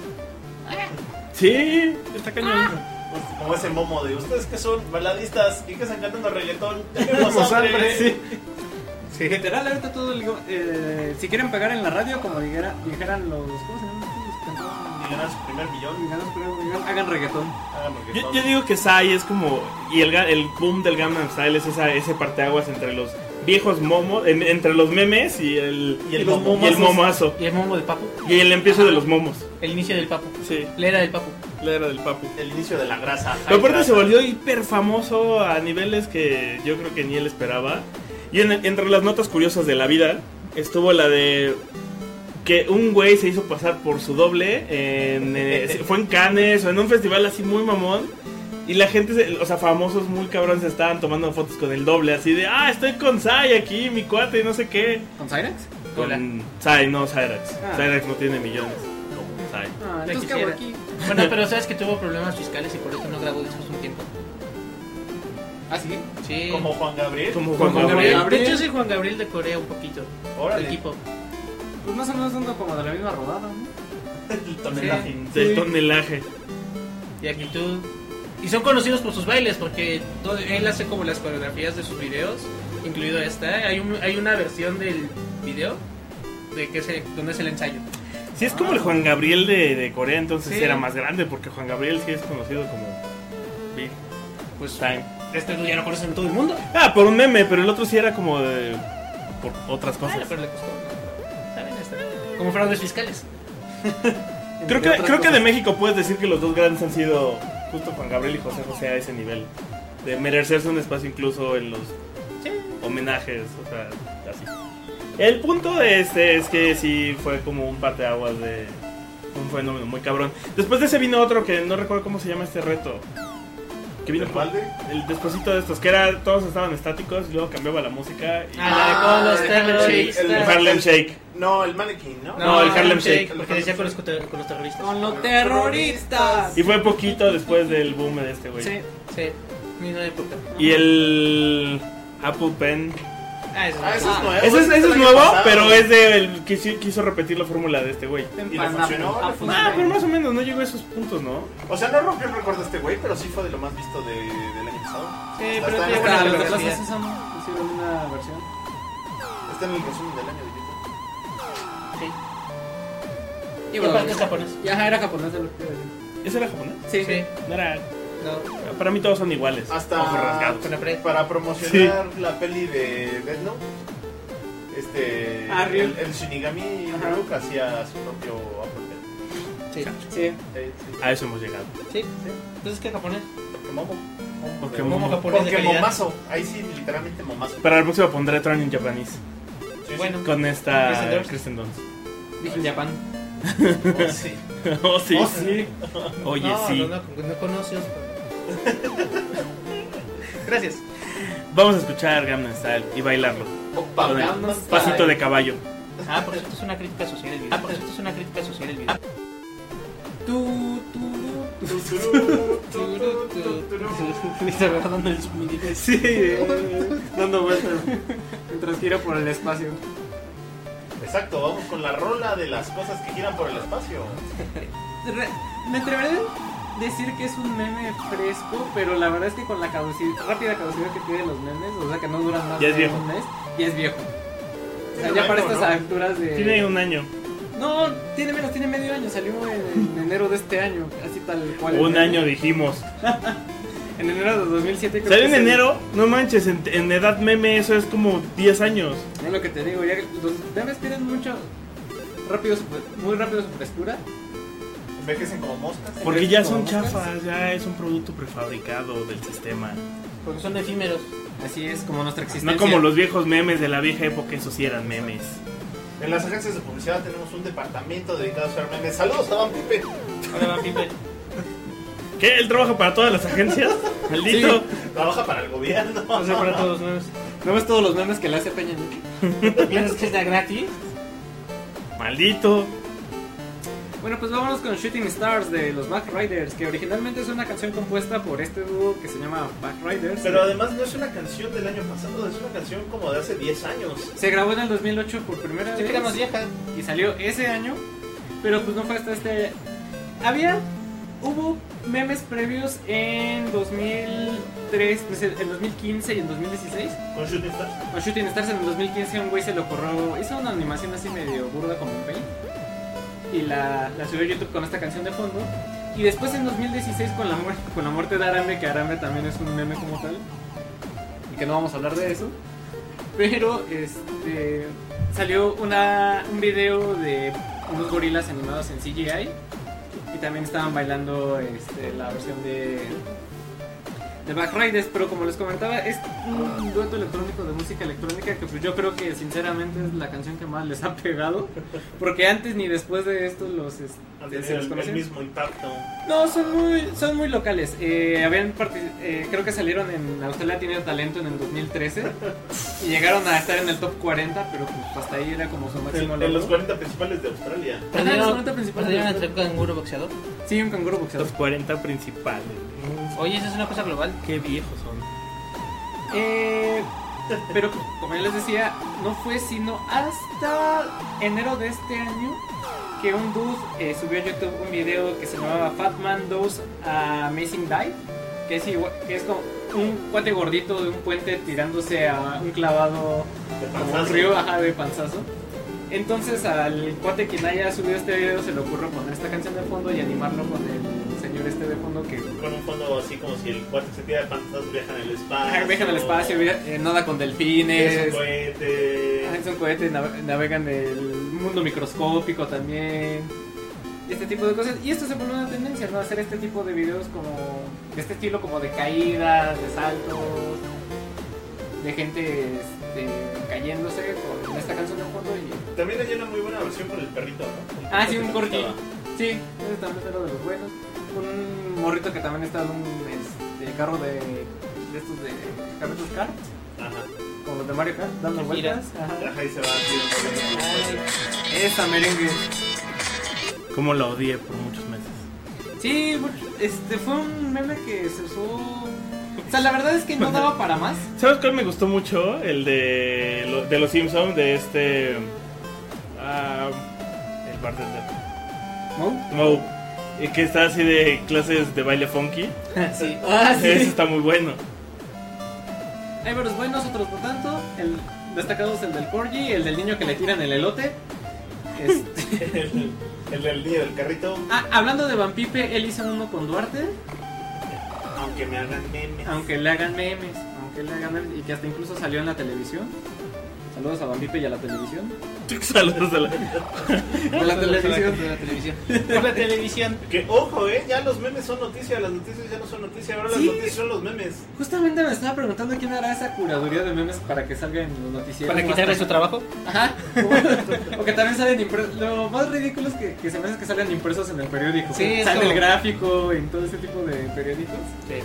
[SPEAKER 3] Sí, está cañón.
[SPEAKER 4] Ah,
[SPEAKER 2] Como ese momo de ustedes que son baladistas y que están cantando reggaetón.
[SPEAKER 3] Tenemos
[SPEAKER 2] Tenemos hambre.
[SPEAKER 3] hambre, sí.
[SPEAKER 4] Sí. Literal, ahorita todo el. Eh, si quieren pagar en la radio, como dijera, dijeran los. ¿Cómo se llaman? estos
[SPEAKER 2] Y
[SPEAKER 4] cantantes?
[SPEAKER 2] ganan su primer
[SPEAKER 3] Ah.
[SPEAKER 2] millón.
[SPEAKER 4] Mexicanos, creo, digan, Hagan reggaetón.
[SPEAKER 2] Hagan reggaetón.
[SPEAKER 3] Yo, yo digo que Sai es como. Y el, ga- el boom del Gangnam Style es esa, ese parteaguas entre los viejos momos. en- entre los memes y el.
[SPEAKER 2] Y el
[SPEAKER 3] los
[SPEAKER 2] momo.
[SPEAKER 3] y el momazo.
[SPEAKER 5] ¿Y el momo del papo?
[SPEAKER 3] Y el empiezo de los momos.
[SPEAKER 5] El inicio del papo.
[SPEAKER 3] Sí,
[SPEAKER 5] La era del papo.
[SPEAKER 3] la era del papu.
[SPEAKER 2] El inicio de la grasa.
[SPEAKER 3] Pero aparte
[SPEAKER 2] Ay,
[SPEAKER 3] se volvió hiper famoso a niveles que yo creo que ni él esperaba. Y en- entre las notas curiosas de la vida estuvo la de que un güey se hizo pasar por su doble. en, eh, fue en Cannes o en un festival así muy mamón. Y la gente, se- o sea, famosos muy cabrones estaban tomando fotos con el doble, así de, ah, estoy con Sai aquí, mi cuate, y no sé qué.
[SPEAKER 4] ¿Con Cyrex?
[SPEAKER 5] Hola.
[SPEAKER 3] con Sai, no Cyrax.
[SPEAKER 4] Ah.
[SPEAKER 3] Cyrax no tiene millones. Como Sai.
[SPEAKER 4] Ah,
[SPEAKER 5] Ya
[SPEAKER 4] entonces, ¿qué hago aquí?
[SPEAKER 5] quisiera. Bueno, pero sabes que tuvo problemas fiscales y por eso no grabó discos un tiempo.
[SPEAKER 4] ¿Ah, sí?
[SPEAKER 5] Sí.
[SPEAKER 2] Como Juan Gabriel.
[SPEAKER 3] Como
[SPEAKER 4] Juan
[SPEAKER 3] Juan
[SPEAKER 4] Gabriel.
[SPEAKER 3] Gabriel.
[SPEAKER 5] De hecho, soy Juan Gabriel de Corea un poquito. El
[SPEAKER 2] Órale.
[SPEAKER 5] equipo.
[SPEAKER 4] Pues más o menos ando como de la misma rodada, ¿no?
[SPEAKER 2] El tonelaje.
[SPEAKER 3] Del tonelaje.
[SPEAKER 5] de actitud. Y son conocidos por sus bailes, porque todo- él hace como las coreografías de sus videos, incluido esta. Hay, un- hay una versión del video de que se, donde es el ensayo.
[SPEAKER 3] Si es como el Juan Gabriel de, de Corea, entonces
[SPEAKER 5] Sí.
[SPEAKER 3] era más grande, porque Juan Gabriel sí es conocido como Big
[SPEAKER 5] Pues
[SPEAKER 3] Time.
[SPEAKER 5] este ya lo conocen todo el mundo.
[SPEAKER 3] Ah, por un meme, pero el otro sí era como de, por otras
[SPEAKER 5] Bueno,
[SPEAKER 3] cosas.
[SPEAKER 5] Ah, pero le costó. ¿no? Está bien, está bien. Como fraudes fiscales.
[SPEAKER 3] Creo que,
[SPEAKER 4] Entre otras
[SPEAKER 3] creo que de
[SPEAKER 4] cosas.
[SPEAKER 3] México puedes decir que los dos grandes han sido justo Juan Gabriel y José José a ese nivel. De merecerse un espacio incluso en los
[SPEAKER 5] Sí.
[SPEAKER 3] homenajes, o sea, así. El punto de este es que sí fue como un parteaguas de un fenómeno muy cabrón. Después de ese vino otro que no recuerdo cómo se llama este reto. Que vino
[SPEAKER 2] ¿El balde?
[SPEAKER 3] el despuesito de estos, que era todos estaban estáticos y luego cambiaba la música y
[SPEAKER 5] Ah, la de
[SPEAKER 4] Ah,
[SPEAKER 5] con
[SPEAKER 4] el-
[SPEAKER 5] los
[SPEAKER 2] el-
[SPEAKER 3] el
[SPEAKER 2] la-
[SPEAKER 5] terroristas.
[SPEAKER 3] Harlem Shake.
[SPEAKER 2] No, el mannequin, ¿no?
[SPEAKER 3] No, el Harlem Shake.
[SPEAKER 5] Porque decía con los, co- con los terroristas.
[SPEAKER 4] Con los terroristas.
[SPEAKER 3] Y fue poquito después del boom de este güey.
[SPEAKER 4] Sí.
[SPEAKER 5] Sí. Misma época.
[SPEAKER 3] Y el Apple Pen.
[SPEAKER 5] Ah, eso
[SPEAKER 2] Ah,
[SPEAKER 5] es.
[SPEAKER 2] ese es
[SPEAKER 4] Ah,
[SPEAKER 2] nuevo.
[SPEAKER 3] Ese es, ese
[SPEAKER 2] el
[SPEAKER 3] es
[SPEAKER 2] año
[SPEAKER 3] nuevo,
[SPEAKER 2] pasado.
[SPEAKER 3] pero es de el que sí quiso repetir la fórmula de este güey.
[SPEAKER 2] ¿Y le funcionó?
[SPEAKER 4] Ah, pues,
[SPEAKER 3] Ah, pero
[SPEAKER 4] bueno.
[SPEAKER 3] más o menos no llegó a esos puntos, ¿no?
[SPEAKER 2] O sea, no rompió el récord de este güey, pero sí fue de lo más visto de- del año pasado.
[SPEAKER 5] Sí,
[SPEAKER 2] Está-
[SPEAKER 5] pero
[SPEAKER 3] Ah,
[SPEAKER 2] está,
[SPEAKER 5] tiene
[SPEAKER 2] está-
[SPEAKER 4] Hasta
[SPEAKER 5] buena
[SPEAKER 4] los de
[SPEAKER 5] fotografía.
[SPEAKER 4] Plaza Sésamo hicieron una versión.
[SPEAKER 2] está en el resumen del año de YouTube.
[SPEAKER 5] Sí.
[SPEAKER 4] Y
[SPEAKER 5] Y
[SPEAKER 4] bueno,
[SPEAKER 5] aparte es japonés.
[SPEAKER 4] ya ajá, era japonés de lo que iba a decir.
[SPEAKER 3] ¿Ese era japonés?
[SPEAKER 4] Sí,
[SPEAKER 5] Sí.
[SPEAKER 3] No era-
[SPEAKER 5] No.
[SPEAKER 3] Para mí todos son iguales.
[SPEAKER 2] Hasta-
[SPEAKER 3] Ojos rasgados.
[SPEAKER 5] Con la pared.
[SPEAKER 2] Para promocionar la peli de Death Note, este,
[SPEAKER 4] Ah, Ryu.
[SPEAKER 2] el, el Shinigami
[SPEAKER 4] Ajá.
[SPEAKER 2] Ryuk hacía su propio Apple
[SPEAKER 5] Sí.
[SPEAKER 4] sí.
[SPEAKER 2] Pen. Sí, sí.
[SPEAKER 3] A eso hemos llegado.
[SPEAKER 5] Sí. Entonces, ¿qué japonés?
[SPEAKER 2] Porque momo.
[SPEAKER 3] Porque
[SPEAKER 5] Momo
[SPEAKER 3] momo.
[SPEAKER 5] japonés de
[SPEAKER 2] Porque
[SPEAKER 5] calidad.
[SPEAKER 2] momazo. Ahí sí, literalmente momazo.
[SPEAKER 3] Para el próximo pondré Tron en japonés.
[SPEAKER 2] Sí, sí.
[SPEAKER 5] Bueno.
[SPEAKER 3] Con
[SPEAKER 5] Kristen
[SPEAKER 3] esta
[SPEAKER 5] Dunst.
[SPEAKER 3] Kristen Dunst.
[SPEAKER 4] Dije en Japón.
[SPEAKER 2] Oh, sí.
[SPEAKER 3] Oh, sí.
[SPEAKER 2] Oh, sí.
[SPEAKER 3] Oye,
[SPEAKER 5] no,
[SPEAKER 3] sí.
[SPEAKER 5] No, no, no conoces. Gracias.
[SPEAKER 3] Vamos a escuchar Gamma Style y bailarlo.
[SPEAKER 2] Opa,
[SPEAKER 3] Con el
[SPEAKER 2] Gangnam
[SPEAKER 3] Pasito
[SPEAKER 2] Style.
[SPEAKER 3] de caballo.
[SPEAKER 5] Ah, por cierto, es una crítica social el video. Ah, por cierto, es una crítica social el video.
[SPEAKER 4] Tú, tú, tú.
[SPEAKER 2] Tuturú, tuturú, tuturú.
[SPEAKER 5] Me está agarrando el submínimo.
[SPEAKER 3] Sí. Dando vueltas.
[SPEAKER 4] Mientras gira por el espacio.
[SPEAKER 2] Exacto, vamos con la rola de las cosas que giran por el espacio.
[SPEAKER 4] Re- Me atreveré a decir que es un meme fresco, pero la verdad es que con la caducidad, rápida caducidad que tienen los memes, o sea que no duran más
[SPEAKER 3] Ya es
[SPEAKER 4] de
[SPEAKER 3] viejo.
[SPEAKER 4] un mes, ya es viejo. O sea,
[SPEAKER 2] Tiene
[SPEAKER 4] ya
[SPEAKER 2] un
[SPEAKER 4] para
[SPEAKER 2] año,
[SPEAKER 4] estas
[SPEAKER 2] ¿no?
[SPEAKER 4] alturas de...
[SPEAKER 3] Tiene un año.
[SPEAKER 4] No, tiene menos, tiene medio año, salió en, en enero de este año, así tal cual. el
[SPEAKER 3] Un
[SPEAKER 4] meme.
[SPEAKER 3] año dijimos.
[SPEAKER 4] En enero de 2007 creo
[SPEAKER 3] Salió
[SPEAKER 4] que
[SPEAKER 3] en
[SPEAKER 4] es el-
[SPEAKER 3] enero. No manches, en, en edad meme eso es como 10 años.
[SPEAKER 4] Es lo que te digo, ya que los memes tienen mucho... Rápido, su fre- muy rápido su frescura.
[SPEAKER 2] Envejecen como moscas.
[SPEAKER 3] Porque ya son chafas, ya es un producto prefabricado del sistema.
[SPEAKER 5] Porque son efímeros.
[SPEAKER 4] Así es como nuestra existencia.
[SPEAKER 3] No como los viejos memes de la vieja época, esos sí eran memes.
[SPEAKER 2] En las agencias de publicidad tenemos un departamento dedicado a hacer memes. Saludos, Taban Pipe.
[SPEAKER 5] Ahora va Pipe.
[SPEAKER 3] ¿Qué? ¿Él trabaja para todas las agencias? Maldito.
[SPEAKER 2] Trabaja para el gobierno.
[SPEAKER 5] O sea, para todos nuevos.
[SPEAKER 4] ¿No ves todos los memes que le hace Peña Nieto?
[SPEAKER 5] ¿Piensas que es de gratis?
[SPEAKER 3] Maldito.
[SPEAKER 4] Bueno, pues vámonos con Shooting Stars de los Back Riders, que originalmente es una canción compuesta por este dúo que se llama Back Riders.
[SPEAKER 2] Pero además no es una canción del año pasado, es una canción como de hace 10 años.
[SPEAKER 4] se grabó en el 2008 por primera
[SPEAKER 5] Yo que era más
[SPEAKER 4] vez
[SPEAKER 5] vieja.
[SPEAKER 4] y salió ese año, pero pues no fue hasta este. Había, hubo memes previos en 2003, pues, en 2015 y en 2016.
[SPEAKER 2] Con Shooting Stars.
[SPEAKER 4] O Shooting Stars en el 2015 un güey se le ocurrió, hizo una animación así medio burda como un paint y la, la subió a YouTube con esta canción de fondo. Y después en 2016 con la, muer- con la muerte de Arame, que Arame también es un meme como tal, y que no vamos a hablar de eso, pero este salió una, un video de unos gorilas animados en CGI y también estaban bailando este, la versión de de Back Riders, pero como les comentaba, es un dueto electrónico de música electrónica que pues yo creo que sinceramente es la canción que más les ha pegado, porque antes ni después de esto los, este,
[SPEAKER 2] Antes
[SPEAKER 4] se
[SPEAKER 2] era el,
[SPEAKER 4] los
[SPEAKER 2] el
[SPEAKER 4] conocían.
[SPEAKER 2] mismo impacto.
[SPEAKER 4] No, son muy, son muy locales. Eh, habían parti- eh, creo que salieron en Australia Tiene Talento en el 2013 y llegaron a estar en el top 40, pero pues hasta ahí era como su máximo
[SPEAKER 2] En, en los
[SPEAKER 4] logro.
[SPEAKER 2] 40 principales de Australia.
[SPEAKER 4] Ajá, los 40 principales.
[SPEAKER 5] ¿Perdieron entre canguro boxeador?
[SPEAKER 4] Sí, un canguro boxeador.
[SPEAKER 3] Los 40 principales.
[SPEAKER 5] Oye, esa es una cosa global.
[SPEAKER 3] Qué viejos son.
[SPEAKER 4] Eh, pero como ya les decía, no fue sino hasta enero de este año que un dude eh, subió a YouTube un video que se llamaba Fat Man Does Amazing Dive, que es, igual- que es como un cuate gordito de un puente tirándose a un clavado
[SPEAKER 2] De
[SPEAKER 4] como un
[SPEAKER 2] panzazo.
[SPEAKER 4] río ajá, de panzazo. Entonces al cuate quien haya subido este video se le ocurre poner esta canción de fondo y animarlo con el señor este de fondo que
[SPEAKER 2] Con un fondo así como si el cuate se tira de panzas, viaja en el
[SPEAKER 4] Ajá,
[SPEAKER 2] espacio.
[SPEAKER 4] viajan al espacio, via- eh, nada con
[SPEAKER 2] Es
[SPEAKER 4] delfines,
[SPEAKER 2] un cohete.
[SPEAKER 4] Ah, Es un cohete, nav- navegan el mundo microscópico también. y Este tipo de cosas. Y esto se volvió una tendencia, ¿no? Hacer este tipo de videos como. De este estilo, como de caídas, de saltos. De gente este, cayéndose con esta canción de fondo. Y...
[SPEAKER 2] También hay una muy buena versión con el perrito, ¿no?
[SPEAKER 4] Ah, sí, un cortito.
[SPEAKER 2] cortito
[SPEAKER 4] Sí, ese también era de los buenos. Un morrito que también está en un este, carro de. De estos de. Carritos kart.
[SPEAKER 2] Ajá.
[SPEAKER 4] Como los de Mario Kart, dando
[SPEAKER 5] Que gira.
[SPEAKER 4] vueltas. Ajá.
[SPEAKER 2] Ajá, y se va haciendo.
[SPEAKER 4] Esa merengue.
[SPEAKER 3] Cómo la odié por muchos meses.
[SPEAKER 4] Sí, este fue un meme que se usó. O sea, la verdad es que no daba para más.
[SPEAKER 3] ¿Sabes cuál me gustó mucho? El de, lo- de los Simpsons, de este. ah, el bartender.
[SPEAKER 4] ¿No?
[SPEAKER 3] Moe. eh, Que está así de clases de baile funky.
[SPEAKER 5] sí.
[SPEAKER 4] Ah,
[SPEAKER 3] Eso está muy bueno.
[SPEAKER 4] Hay varios buenos, otros no tanto. El destacado es el del Corgi, el del niño que le tiran el elote. Este,
[SPEAKER 2] El, el del niño del carrito,
[SPEAKER 4] ah, hablando de Vampipe, él hizo uno con Duarte.
[SPEAKER 2] aunque me hagan memes.
[SPEAKER 4] Aunque le hagan memes, aunque le hagan memes, y que hasta incluso salió en la televisión. Saludos a Vampipe y a la televisión.
[SPEAKER 3] Saludos a la-
[SPEAKER 4] De la televisión.
[SPEAKER 5] De la televisión. Por la televisión.
[SPEAKER 2] Que ojo, eh, ya los memes son noticia, las noticias ya no son noticia, ahora las
[SPEAKER 4] Sí.
[SPEAKER 2] noticias son los memes.
[SPEAKER 4] Justamente me estaba preguntando quién hará esa curaduría de memes para que salga en los noticieros.
[SPEAKER 5] Para quitarle su trabajo.
[SPEAKER 4] Ajá. o que también salen impresos. Lo más ridículo es que, que se me hace que salen impresos en el periódico.
[SPEAKER 5] Sí, es
[SPEAKER 4] Sale
[SPEAKER 5] como-
[SPEAKER 4] el gráfico en todo ese tipo de periódicos.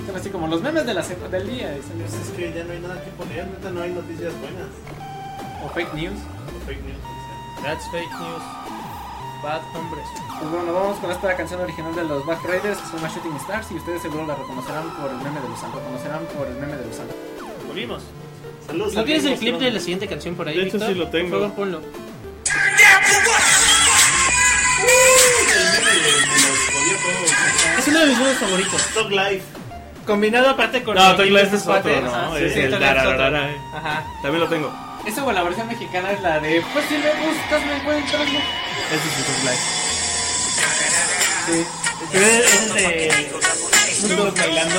[SPEAKER 4] Son así como los memes de la se- del día. y salen
[SPEAKER 2] Pues
[SPEAKER 4] así.
[SPEAKER 2] es que ya no hay nada que poner, neta, no hay noticias buenas.
[SPEAKER 4] O fake news.
[SPEAKER 2] O fake news, o
[SPEAKER 5] That's fake news. Bad hombres.
[SPEAKER 4] Pues bueno, vamos con esta canción original de los Back Riders, que se llama Shooting Stars, y ustedes seguro la reconocerán por el meme de los Santos. Reconocerán por el meme de los Santos.
[SPEAKER 3] Volvimos.
[SPEAKER 2] sea. Saludos.
[SPEAKER 5] ¿No
[SPEAKER 2] al
[SPEAKER 5] tienes el
[SPEAKER 2] Game
[SPEAKER 5] clip
[SPEAKER 2] of
[SPEAKER 5] de la siguiente canción por ahí?
[SPEAKER 3] De hecho,
[SPEAKER 5] Víctor?
[SPEAKER 3] sí lo tengo.
[SPEAKER 5] Por favor, ponlo.
[SPEAKER 2] Thrones, El meme de- de los gobiernos.
[SPEAKER 5] Es uno de mis juegos favoritos.
[SPEAKER 2] Talk Life.
[SPEAKER 5] Combinado aparte con.
[SPEAKER 3] No, Toy Life
[SPEAKER 5] este
[SPEAKER 3] es otro,
[SPEAKER 5] cuate,
[SPEAKER 3] ¿no?
[SPEAKER 5] ajá, sí,
[SPEAKER 3] Es
[SPEAKER 5] sí,
[SPEAKER 3] el
[SPEAKER 5] Toy Life es otro.
[SPEAKER 3] dararara, eh.
[SPEAKER 5] Ajá.
[SPEAKER 3] También lo tengo.
[SPEAKER 4] Eso con la versión mexicana es la de Pues si me gustas, me encuentras. ¿no?
[SPEAKER 3] Ese es el Life.
[SPEAKER 4] Sí.
[SPEAKER 5] Es el de. Snoop Dogg bailando.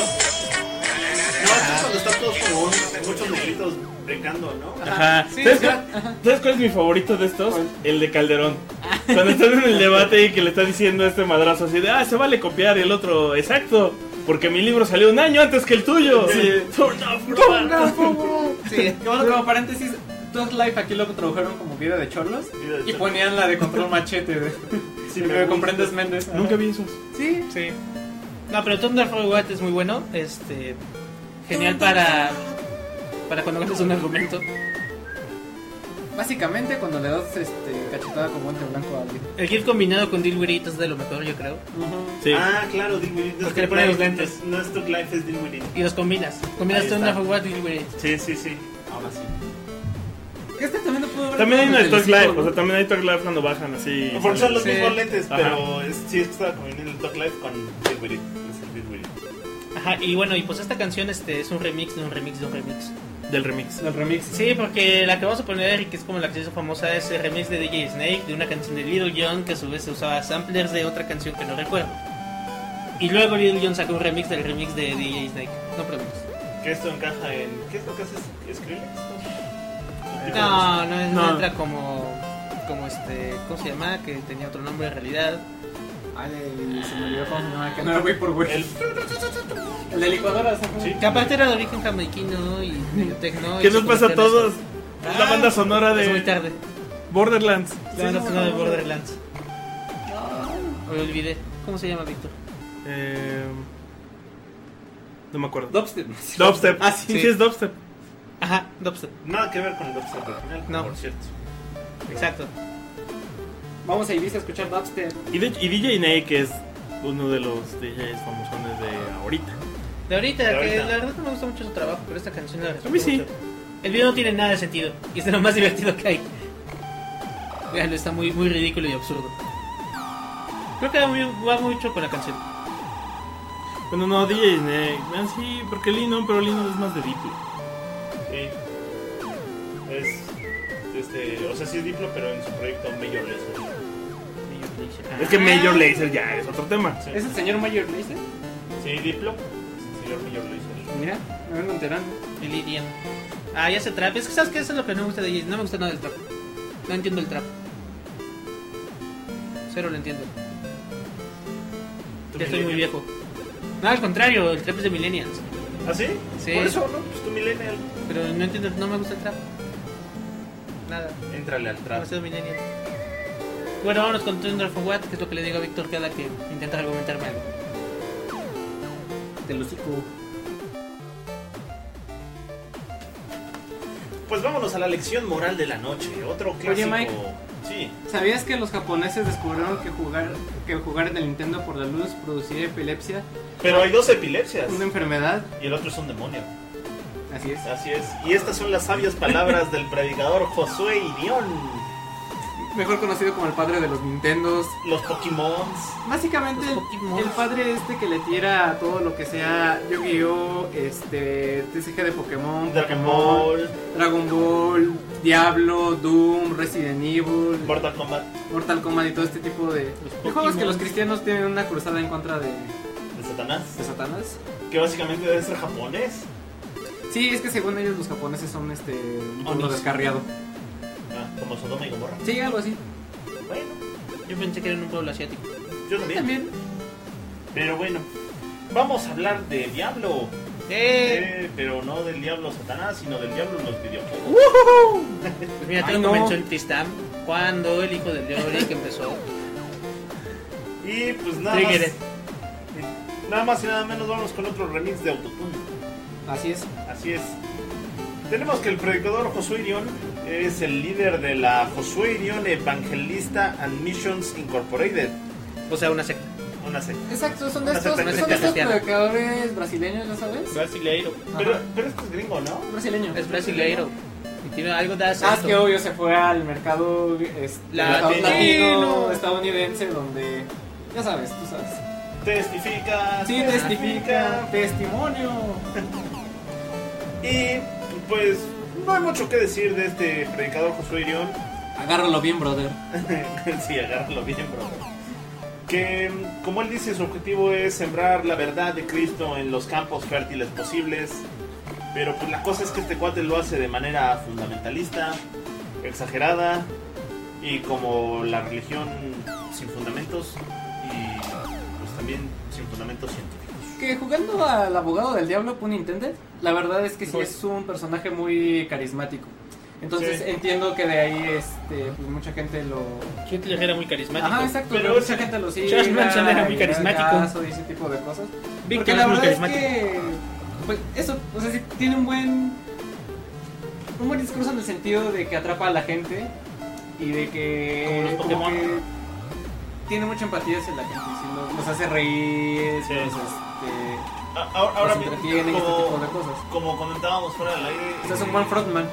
[SPEAKER 2] No, es cuando están todos como un- muchos negritos brincando, ¿no?
[SPEAKER 3] Ajá.
[SPEAKER 4] Sí,
[SPEAKER 3] ¿Sabes,
[SPEAKER 4] sí,
[SPEAKER 3] cuál, sabes cuál es mi favorito de estos?
[SPEAKER 4] ¿Cuál?
[SPEAKER 3] El de Calderón. Cuando están en el debate y que le está diciendo este madrazo así de, ah, se vale copiar y el otro, exacto, porque mi libro salió un año antes que el tuyo.
[SPEAKER 4] Sí.
[SPEAKER 3] Turn off, bro.
[SPEAKER 4] Sí, que bueno, como paréntesis, Dog Life aquí lo tradujeron como vida de chorlos
[SPEAKER 2] Vida de
[SPEAKER 4] y
[SPEAKER 2] chorlos.
[SPEAKER 4] ponían la de control machete. De, si
[SPEAKER 2] me
[SPEAKER 4] me,
[SPEAKER 2] gusta.
[SPEAKER 4] comprendes, Méndez.
[SPEAKER 3] Nunca vi esos.
[SPEAKER 4] Sí,
[SPEAKER 5] Sí. No, pero Thunder for What es muy bueno. Este. Genial para. Para cuando gastas un argumento.
[SPEAKER 4] básicamente cuando le das este, cachetada con guante blanco a alguien.
[SPEAKER 5] El GIF combinado con Deal With It es de lo mejor, yo creo.
[SPEAKER 3] Sí.
[SPEAKER 2] Ah, claro, Deal With It. No
[SPEAKER 5] Porque
[SPEAKER 2] es
[SPEAKER 5] le ponen
[SPEAKER 2] Talk
[SPEAKER 5] los
[SPEAKER 2] Life,
[SPEAKER 5] lentes.
[SPEAKER 2] No es Talk Life, es Deal With It.
[SPEAKER 5] Y los combinas. Combinas
[SPEAKER 2] Ahí
[SPEAKER 5] Thunder
[SPEAKER 2] está.
[SPEAKER 5] for What, Deal With It.
[SPEAKER 2] Sí, sí, sí. Ahora sí.
[SPEAKER 4] Que este también lo puedo ver.
[SPEAKER 3] También hay
[SPEAKER 4] en
[SPEAKER 3] una de Talk
[SPEAKER 4] telescopio,
[SPEAKER 3] Life,
[SPEAKER 4] ¿no?
[SPEAKER 3] o sea, también hay Talk Life cuando bajan así.
[SPEAKER 2] Porque son los
[SPEAKER 4] Sí.
[SPEAKER 2] mismos lentes,
[SPEAKER 3] Ajá.
[SPEAKER 2] pero es, sí, es que estaba combinando el Talk Life con Deal With It. Es el Deal With It.
[SPEAKER 5] Ajá, y bueno, y pues esta canción este, es un remix de un remix de un remix.
[SPEAKER 3] Del remix.
[SPEAKER 4] Del remix.
[SPEAKER 5] Sí, porque la que vamos a poner, que es como la que se hizo famosa, es el remix de DJ Snake de una canción de Little John que a su vez se usaba samplers de otra canción que no recuerdo. Y luego Little John sacó un remix del remix de DJ Snake. No preguntes.
[SPEAKER 2] Que esto encaja en. ¿Qué es lo que hace Sk- Skrillex?
[SPEAKER 5] No, no, es- no
[SPEAKER 3] No.
[SPEAKER 5] entra como, como este, ¿cómo se llama? Que tenía otro nombre en realidad.
[SPEAKER 4] Ay, se me olvidó cómo se llamaba, que no era güey por güey.
[SPEAKER 2] El-
[SPEAKER 4] El de licuadoras. ajá.
[SPEAKER 2] Sí.
[SPEAKER 5] Que aparte era de origen jamaiquino y medio tecno.
[SPEAKER 3] ¿Qué nos pasa a todos? Es la banda sonora
[SPEAKER 5] Es muy
[SPEAKER 3] de
[SPEAKER 5] tarde.
[SPEAKER 3] Borderlands.
[SPEAKER 5] La banda sonora de Borderlands. Ah. Me olvidé. ¿Cómo se llama, Víctor?
[SPEAKER 3] Eh, no me acuerdo.
[SPEAKER 4] Dubstep.
[SPEAKER 3] Dubstep.
[SPEAKER 4] Ah,
[SPEAKER 3] sí, es Dubstep.
[SPEAKER 5] Ajá, Dubstep.
[SPEAKER 2] Nada que ver con el dubstep original,
[SPEAKER 5] No.
[SPEAKER 2] por cierto.
[SPEAKER 5] Exacto.
[SPEAKER 4] Vamos a Ibiza a escuchar dubstep.
[SPEAKER 3] Y, de- y DJ Ney, que es uno de los DJs famosones de ahorita.
[SPEAKER 5] De ahorita,
[SPEAKER 2] De
[SPEAKER 5] que
[SPEAKER 2] ahorita.
[SPEAKER 5] la verdad no me gusta mucho su trabajo, pero esta canción la respeto
[SPEAKER 3] mí sí.
[SPEAKER 5] mucho. El video no tiene nada de sentido y es de lo más divertido que hay. Veanlo, está muy, muy ridículo y absurdo. Creo que va, muy- va mucho con la canción.
[SPEAKER 3] Bueno, no, DJ Ney. Ah, sí, porque Lino, pero Lino es más de Diplo.
[SPEAKER 2] Sí. Es. Este, o sea, sí es Diplo, pero en su proyecto Major Lazer.
[SPEAKER 3] Es
[SPEAKER 5] Ah.
[SPEAKER 3] que Major Lazer ya es otro tema.
[SPEAKER 2] Sí.
[SPEAKER 4] ¿Es el señor Mayor Laser?
[SPEAKER 2] Sí, Diplo. es el Señor Major Lazer.
[SPEAKER 4] Mira, me vengo enterando.
[SPEAKER 5] El idioma. Ah, ya se trap. Es que sabes que eso es lo que no me gusta de Jason. No me gusta nada del trap. No entiendo el trap. Cero lo entiendo.
[SPEAKER 2] ¿Tú
[SPEAKER 5] Ya estoy muy
[SPEAKER 2] millennial?
[SPEAKER 5] viejo. No, al contrario, el trap es de millennials.
[SPEAKER 2] ¿Ah, sí?
[SPEAKER 5] Sí.
[SPEAKER 2] Por eso, ¿no? Pues tú, Millennial,
[SPEAKER 5] Pero no entiendo, no me gusta el trap. Nada.
[SPEAKER 2] entrale al trap.
[SPEAKER 5] Demasiado millennial. Bueno, vámonos con Thunder for What, que es lo que le digo a Víctor cada que intenta argumentarme algo.
[SPEAKER 4] Te lo cico.
[SPEAKER 2] Pues vámonos a la lección moral de la noche. Otro clásico.
[SPEAKER 4] Mike.
[SPEAKER 2] Sí.
[SPEAKER 4] ¿Sabías que los japoneses descubrieron que jugar, que jugar en el Nintendo por la luz producía epilepsia,
[SPEAKER 2] Pero hay dos epilepsias.
[SPEAKER 5] em-
[SPEAKER 4] una enfermedad?
[SPEAKER 2] Y el otro es un demonio.
[SPEAKER 4] Así es.
[SPEAKER 2] Así es. Y estas son las sabias palabras del predicador Josué Irión.
[SPEAKER 4] Mejor conocido como el padre de los Nintendos.
[SPEAKER 2] Los Pokémons.
[SPEAKER 4] Básicamente
[SPEAKER 5] Los Pokémon.
[SPEAKER 4] el padre este que le tira a todo lo que sea Yu-Gi-Oh, este, TCG de Pokémon,
[SPEAKER 2] Dragon
[SPEAKER 4] Pokémon,
[SPEAKER 2] Ball.
[SPEAKER 4] Dragon Ball, Diablo, Doom, Resident Evil,
[SPEAKER 2] Mortal Kombat.
[SPEAKER 4] Mortal Kombat y todo este tipo de, de juegos
[SPEAKER 5] Pokémon.
[SPEAKER 4] que los cristianos tienen una cruzada en contra de,
[SPEAKER 2] De Satanás.
[SPEAKER 4] de Satanás.
[SPEAKER 2] Que básicamente debe ser japonés.
[SPEAKER 4] Sí, es que según ellos los japoneses son este un pueblo
[SPEAKER 2] Onis.
[SPEAKER 4] descarriado.
[SPEAKER 2] Ah, como Sodoma y Gomorra.
[SPEAKER 4] Sí, algo así.
[SPEAKER 2] Bueno,
[SPEAKER 5] Yo pensé que era en un pueblo asiático.
[SPEAKER 2] yo también.
[SPEAKER 4] También.
[SPEAKER 2] Pero bueno, vamos a hablar de Diablo.
[SPEAKER 5] ¡Eh!
[SPEAKER 2] Eh, pero no del Diablo Satanás, sino del Diablo en los videojuegos.
[SPEAKER 5] Pues mira,
[SPEAKER 4] Ay,
[SPEAKER 5] todo
[SPEAKER 4] no.
[SPEAKER 5] comenzó en Tristam cuando ¿Ah? el hijo del diablo que empezó.
[SPEAKER 2] Y pues nada
[SPEAKER 5] Trigger.
[SPEAKER 2] más. Nada más y nada menos vamos con otro remix de Autotune.
[SPEAKER 4] Así es.
[SPEAKER 2] Así es. Tenemos que el predicador Josué Irión es el líder de la Josué Irión Evangelista and Missions Incorporated.
[SPEAKER 5] O sea, una secta.
[SPEAKER 2] Una secta.
[SPEAKER 4] Exacto, son
[SPEAKER 2] de
[SPEAKER 4] de
[SPEAKER 2] Una estos-
[SPEAKER 4] estos,
[SPEAKER 2] secta
[SPEAKER 4] son
[SPEAKER 5] son de
[SPEAKER 4] de
[SPEAKER 5] estos
[SPEAKER 4] estos
[SPEAKER 5] cristiana.
[SPEAKER 4] brasileños, ¿ya sabes?
[SPEAKER 5] Brasileiro.
[SPEAKER 2] Pero, pero esto es gringo, ¿no?
[SPEAKER 4] Brasileño.
[SPEAKER 5] Es brasileiro. Y tiene algo de
[SPEAKER 4] Ah, es que
[SPEAKER 5] acento.
[SPEAKER 4] obvio se fue al mercado es-
[SPEAKER 5] Latino.
[SPEAKER 4] latino, estadounidense donde ya sabes, tú sabes.
[SPEAKER 2] Testifica.
[SPEAKER 4] Sí, testifica, testimonio.
[SPEAKER 2] Y pues no hay mucho que decir de este predicador Josué Irión.
[SPEAKER 4] Agárralo bien, brother.
[SPEAKER 2] sí, agárralo bien, bro. Que, como él dice, su objetivo es sembrar la verdad de Cristo en los campos fértiles posibles. Pero pues la cosa es que este cuate lo hace de manera fundamentalista, exagerada y como la religión sin fundamentos y pues también sin fundamentos científicos.
[SPEAKER 4] Que jugando al abogado del diablo, pun intended, la verdad es que sí
[SPEAKER 2] Pues-
[SPEAKER 4] es un personaje muy carismático. Entonces
[SPEAKER 2] Sí.
[SPEAKER 4] entiendo que de ahí este, pues, mucha gente lo...
[SPEAKER 5] Gente ligera muy
[SPEAKER 4] Ajá,
[SPEAKER 5] carismático.
[SPEAKER 4] exacto,
[SPEAKER 2] Pero
[SPEAKER 4] mucha
[SPEAKER 2] ese-
[SPEAKER 4] gente lo sigue.
[SPEAKER 5] Charles Manson era muy carismático.
[SPEAKER 4] Y ese tipo de cosas. Porque
[SPEAKER 5] Víctor
[SPEAKER 4] la
[SPEAKER 5] es muy
[SPEAKER 4] verdad es
[SPEAKER 5] carismático.
[SPEAKER 4] que. Pues eso, o sea, sí tiene un buen. Un buen discurso en el sentido de que atrapa a la gente y de que.
[SPEAKER 5] Como los
[SPEAKER 4] como
[SPEAKER 5] Pokémon.
[SPEAKER 4] que tiene mucha empatía hacia la gente, sí, los, los hace reír,
[SPEAKER 2] Sí.
[SPEAKER 4] los, este,
[SPEAKER 2] A- Ahora,
[SPEAKER 4] los
[SPEAKER 2] ahora bien,
[SPEAKER 4] entretiene y este tipo de
[SPEAKER 2] como,
[SPEAKER 4] cosas.
[SPEAKER 2] como comentábamos fuera del aire...
[SPEAKER 4] O sea, es un
[SPEAKER 2] eh,
[SPEAKER 4] buen frontman.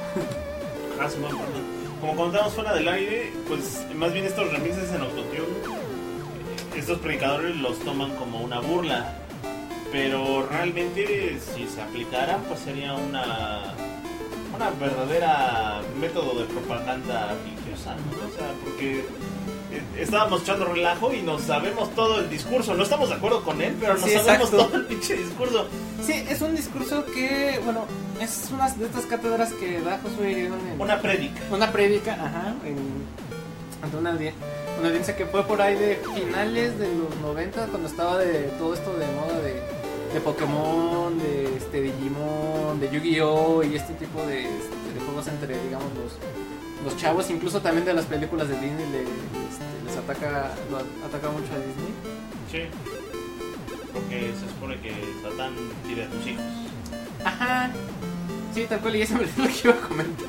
[SPEAKER 2] Ah, sí, bueno, perdón. Como contábamos fuera del aire, pues más bien estos remixes en autotune, eh, estos predicadores los toman como una burla. Pero realmente si se aplicara, pues sería una, una verdadera método de propaganda religiosa, ¿no? O sea, porque eh, estábamos echando relajo y nos sabemos todo el discurso. No estamos de acuerdo con él, pero nos
[SPEAKER 4] Sí,
[SPEAKER 2] sabemos
[SPEAKER 4] exacto.
[SPEAKER 2] todo el pinche discurso.
[SPEAKER 4] Sí, es un discurso que, bueno, es una de estas cátedras que da Josué Irión en-
[SPEAKER 2] Una predica.
[SPEAKER 4] una prédica, ajá, en, ante una, audi- Nos dice que fue por ahí de finales de los 90 cuando estaba de todo esto de moda de, de Pokémon, de este Digimon, de Yu-Gi-Oh y este tipo de, este, de juegos entre digamos los, los chavos, incluso también de las películas de Disney le- este, les ataca lo a- ataca mucho a Disney.
[SPEAKER 2] Sí. Porque se supone que Satán tira a tus hijos.
[SPEAKER 4] Ajá. Sí, tal cual y eso es lo que iba a comentar.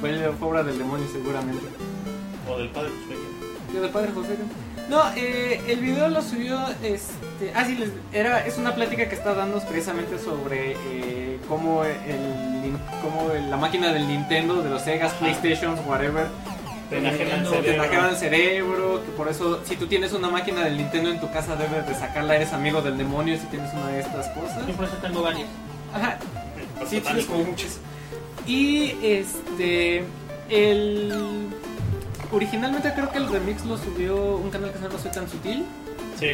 [SPEAKER 4] Fue la obra del demonio seguramente.
[SPEAKER 2] O del padre pues, de tus hijos.
[SPEAKER 4] Yo del padre José. ¿no? No, eh, el video lo subió, este, ah sí, les- era, es una plática que está dando precisamente sobre eh, cómo el, nin- cómo el- la máquina del Nintendo, de los Segas, Playstations, whatever,
[SPEAKER 2] Te enajenan el
[SPEAKER 5] Te
[SPEAKER 4] te
[SPEAKER 2] cerebro.
[SPEAKER 4] atacaban el cerebro, que por eso si tú tienes una máquina del Nintendo en tu casa debes de sacarla, eres amigo del demonio si tienes una de estas cosas.
[SPEAKER 5] Yo por eso tengo varias.
[SPEAKER 4] Ajá,
[SPEAKER 2] Por
[SPEAKER 4] Sí, tienes
[SPEAKER 2] satánico.
[SPEAKER 4] como muchas. Y este. El. Originalmente creo que el remix lo subió un canal que se llama Soy Tan Sutil.
[SPEAKER 2] Sí.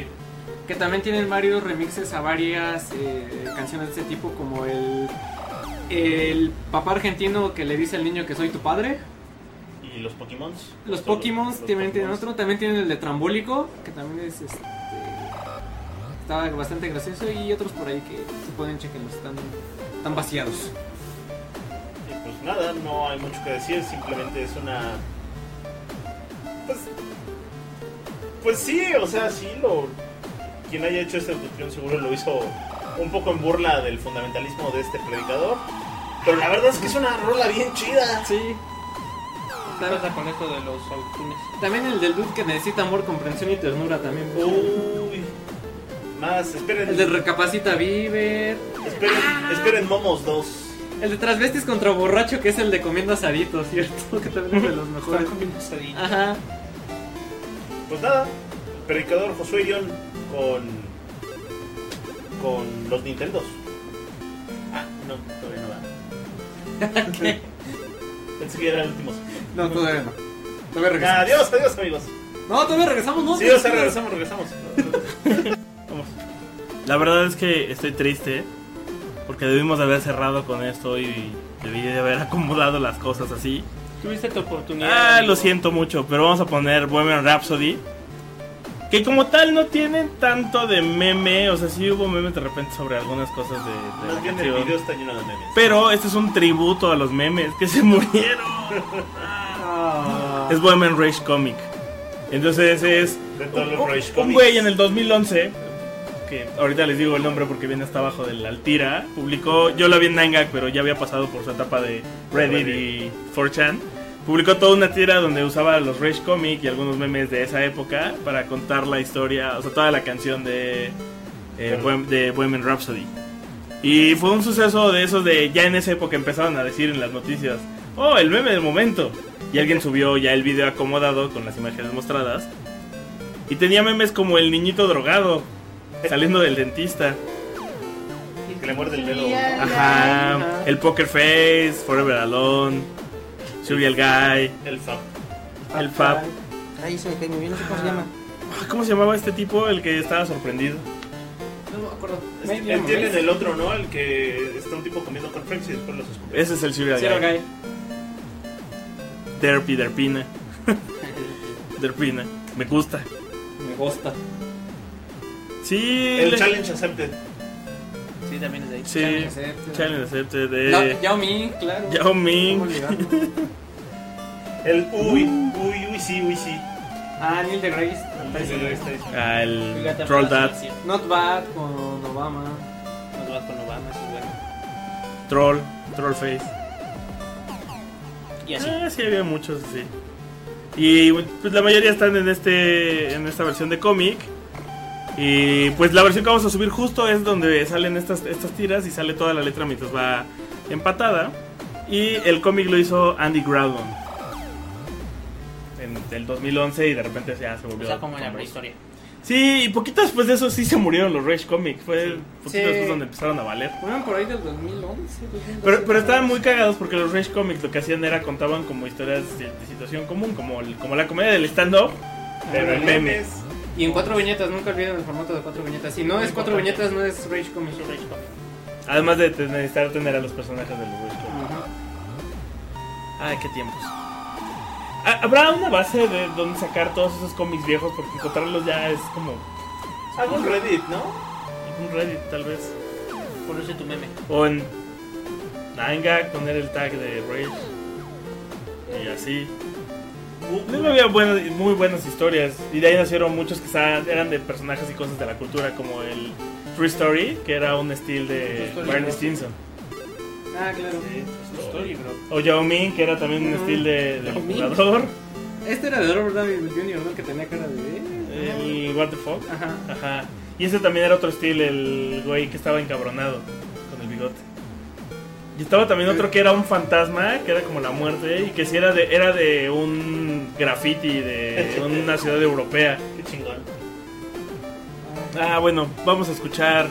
[SPEAKER 4] Que también tienen varios remixes a varias eh, canciones de este tipo, como el. El papá argentino que le dice al niño que soy tu padre.
[SPEAKER 2] Y los Pokémon.
[SPEAKER 4] Los Pokémon también tienen otro. También tienen el de Trambólico, que también es este. Está bastante gracioso. Y otros por ahí que se pueden chequenlos. Están, están vaciados.
[SPEAKER 2] Y pues nada, no hay mucho que decir, simplemente es una. Pues. Pues sí, o sea, sí, lo. Quien haya hecho este autocrión seguro lo hizo un poco en burla del fundamentalismo de este predicador. Pero la verdad es que es una rola bien chida.
[SPEAKER 4] Sí.
[SPEAKER 5] ¿Qué pasa con esto de los autotunes?
[SPEAKER 4] También el del dude que necesita amor, comprensión y ternura también.
[SPEAKER 2] Uy. Más, esperen.
[SPEAKER 4] El de Recapacita Viver.
[SPEAKER 2] Esperen, esperen Momos 2.
[SPEAKER 4] El de Transvestis contra Borracho, que es el de Comiendo Asadito, ¿cierto? Que también es de los
[SPEAKER 5] Están
[SPEAKER 4] mejores.
[SPEAKER 5] comiendo asadito.
[SPEAKER 4] Ajá.
[SPEAKER 2] Pues nada, predicador Josué Guión con. con los Nintendos. Ah, no, todavía no va.
[SPEAKER 4] ¿Qué?
[SPEAKER 2] Pensé que ya era el último.
[SPEAKER 4] No, todavía no. Todavía regresamos.
[SPEAKER 2] Adiós, adiós, amigos.
[SPEAKER 4] No, todavía regresamos, ¿no?
[SPEAKER 2] Sí, o sea, regresamos, regresamos.
[SPEAKER 3] Vamos. La verdad es que estoy triste porque debimos de haber cerrado con esto y debí de haber acomodado las cosas así.
[SPEAKER 5] Tuviste tu oportunidad.
[SPEAKER 3] Ah,
[SPEAKER 5] amigo.
[SPEAKER 3] lo siento mucho, pero vamos a poner Bohemian Rhapsody. Que como tal no tienen tanto de meme, o sea, sí hubo memes de repente sobre algunas cosas de, de la
[SPEAKER 2] Más bien el
[SPEAKER 3] canción.
[SPEAKER 2] video está lleno de memes.
[SPEAKER 3] Pero este es un tributo a los memes que se murieron.
[SPEAKER 4] Ah.
[SPEAKER 3] Es Bohemian Rage Comic. Entonces es
[SPEAKER 2] De todos los Rage
[SPEAKER 3] un- un
[SPEAKER 2] Comics.
[SPEAKER 3] güey en el 2011, que ahorita les digo el nombre porque viene hasta abajo del Altira, publicó, yo la vi en Nangak, pero ya había pasado por su etapa de Reddit y 4chan, publicó toda una tira donde usaba los Rage Comic y algunos memes de esa época para contar la historia, o sea, toda la canción de, eh, Bohem- de Bohemian Rhapsody. Y fue un suceso de esos de ya en esa época empezaban a decir en las noticias, oh, el meme del momento. Y alguien subió ya el video acomodado con las imágenes mostradas. Y tenía memes como el niñito drogado saliendo del dentista.
[SPEAKER 2] Que le muerde el dedo.
[SPEAKER 3] Ajá. El Poker Face, Forever Alone, Serial Guy,
[SPEAKER 2] El Fab.
[SPEAKER 3] el Fab.
[SPEAKER 7] Ahí se me cae muy bien, no sé cómo se llama.
[SPEAKER 3] Ah, ¿Cómo se llamaba este tipo? El que estaba sorprendido.
[SPEAKER 4] No me acuerdo.
[SPEAKER 2] Este, Entienden el otro, ¿no? El que está un tipo comiendo con Franks y después los escupe.
[SPEAKER 3] Ese es el Serial
[SPEAKER 4] Zero
[SPEAKER 3] Guy.
[SPEAKER 4] Guy.
[SPEAKER 3] Derpy, Derpina. Derpina. Me gusta.
[SPEAKER 4] Me gusta.
[SPEAKER 3] Sí.
[SPEAKER 2] El
[SPEAKER 3] le-
[SPEAKER 2] Challenge Accepted.
[SPEAKER 5] Sí, también es de ahí.
[SPEAKER 3] Sí.
[SPEAKER 4] Challenge Accepted.
[SPEAKER 3] Challenge Accepted
[SPEAKER 4] No,
[SPEAKER 3] de
[SPEAKER 4] Yao Ming, claro.
[SPEAKER 3] Yao Ming.
[SPEAKER 4] ¿Cómo olvidarlo?
[SPEAKER 2] El Uy, Uy, Uy, sí, Uy, sí.
[SPEAKER 4] Ah, Neil de Grace.
[SPEAKER 3] al
[SPEAKER 5] Fíjate,
[SPEAKER 3] Troll
[SPEAKER 5] ahora
[SPEAKER 3] Dad,
[SPEAKER 5] sí, sí,
[SPEAKER 4] Not Bad con Obama.
[SPEAKER 5] Nos va con Obama, eso es bueno.
[SPEAKER 3] Troll, Troll Face.
[SPEAKER 5] Y así.
[SPEAKER 3] Ah, sí, había muchos, sí. Y pues la mayoría están en este en esta versión de cómic. Y pues la versión que vamos a subir justo es donde salen estas, estas tiras y sale toda la letra mientras va empatada. Y el cómic lo hizo Andy Groudon. En el 2011 y de repente ya se
[SPEAKER 5] O
[SPEAKER 3] volvió.
[SPEAKER 5] sea, como en la
[SPEAKER 3] famoso.
[SPEAKER 5] prehistoria.
[SPEAKER 3] Sí, y poquito después de eso sí se murieron los Rage Comic. Fue poquito
[SPEAKER 4] Sí.
[SPEAKER 3] después donde empezaron a valer.
[SPEAKER 4] Fueron por ahí del 2011, 2012.
[SPEAKER 3] Pero, pero estaban muy cagados porque los Rage Comics lo que hacían era contaban como historias de, de situación común, como, el- como la comedia del stand-up, pero en memes.
[SPEAKER 4] Y en cuatro viñetas, nunca olviden el formato de cuatro viñetas. Si no es cuatro viñetas, no es Rage Comic.
[SPEAKER 3] Además de te- necesitar tener a los personajes de los Rage Comics.
[SPEAKER 4] Ajá.
[SPEAKER 3] Ay, qué tiempos. ha- Habrá una base de donde sacar todos esos cómics viejos porque encontrarlos ya es como
[SPEAKER 2] Hago un Reddit, ¿no?
[SPEAKER 3] un Reddit tal vez.
[SPEAKER 5] Conoce tu meme.
[SPEAKER 3] O en Nanga poner el tag de Rage. Y así.
[SPEAKER 5] Uh,
[SPEAKER 3] Luego había buenas, muy buenas historias. Y de ahí nacieron muchos que sa- eran de personajes y cosas de la cultura, como el True Story, que era un estilo de
[SPEAKER 5] Story,
[SPEAKER 3] Barney
[SPEAKER 5] ¿no?
[SPEAKER 3] Stinson.
[SPEAKER 4] Ah, claro.
[SPEAKER 2] Story, bro.
[SPEAKER 3] O Yao Ming, que era también un
[SPEAKER 4] Ujú.
[SPEAKER 3] estilo de, del
[SPEAKER 5] Ah, Yao Ming. Ah.
[SPEAKER 3] jugador.
[SPEAKER 4] Este era de Robert Downey Jr., ¿no? El que tenía cara de. eh,
[SPEAKER 3] El What the fuck.
[SPEAKER 4] ¿no? Ajá.
[SPEAKER 3] Ajá. Y ese también era otro estilo, el güey que estaba encabronado con el bigote. Y estaba también otro que era un fantasma, que era como la muerte, y que sí era de, era de un graffiti de una ciudad europea.
[SPEAKER 5] Qué chingón.
[SPEAKER 3] Ah, bueno, vamos a escuchar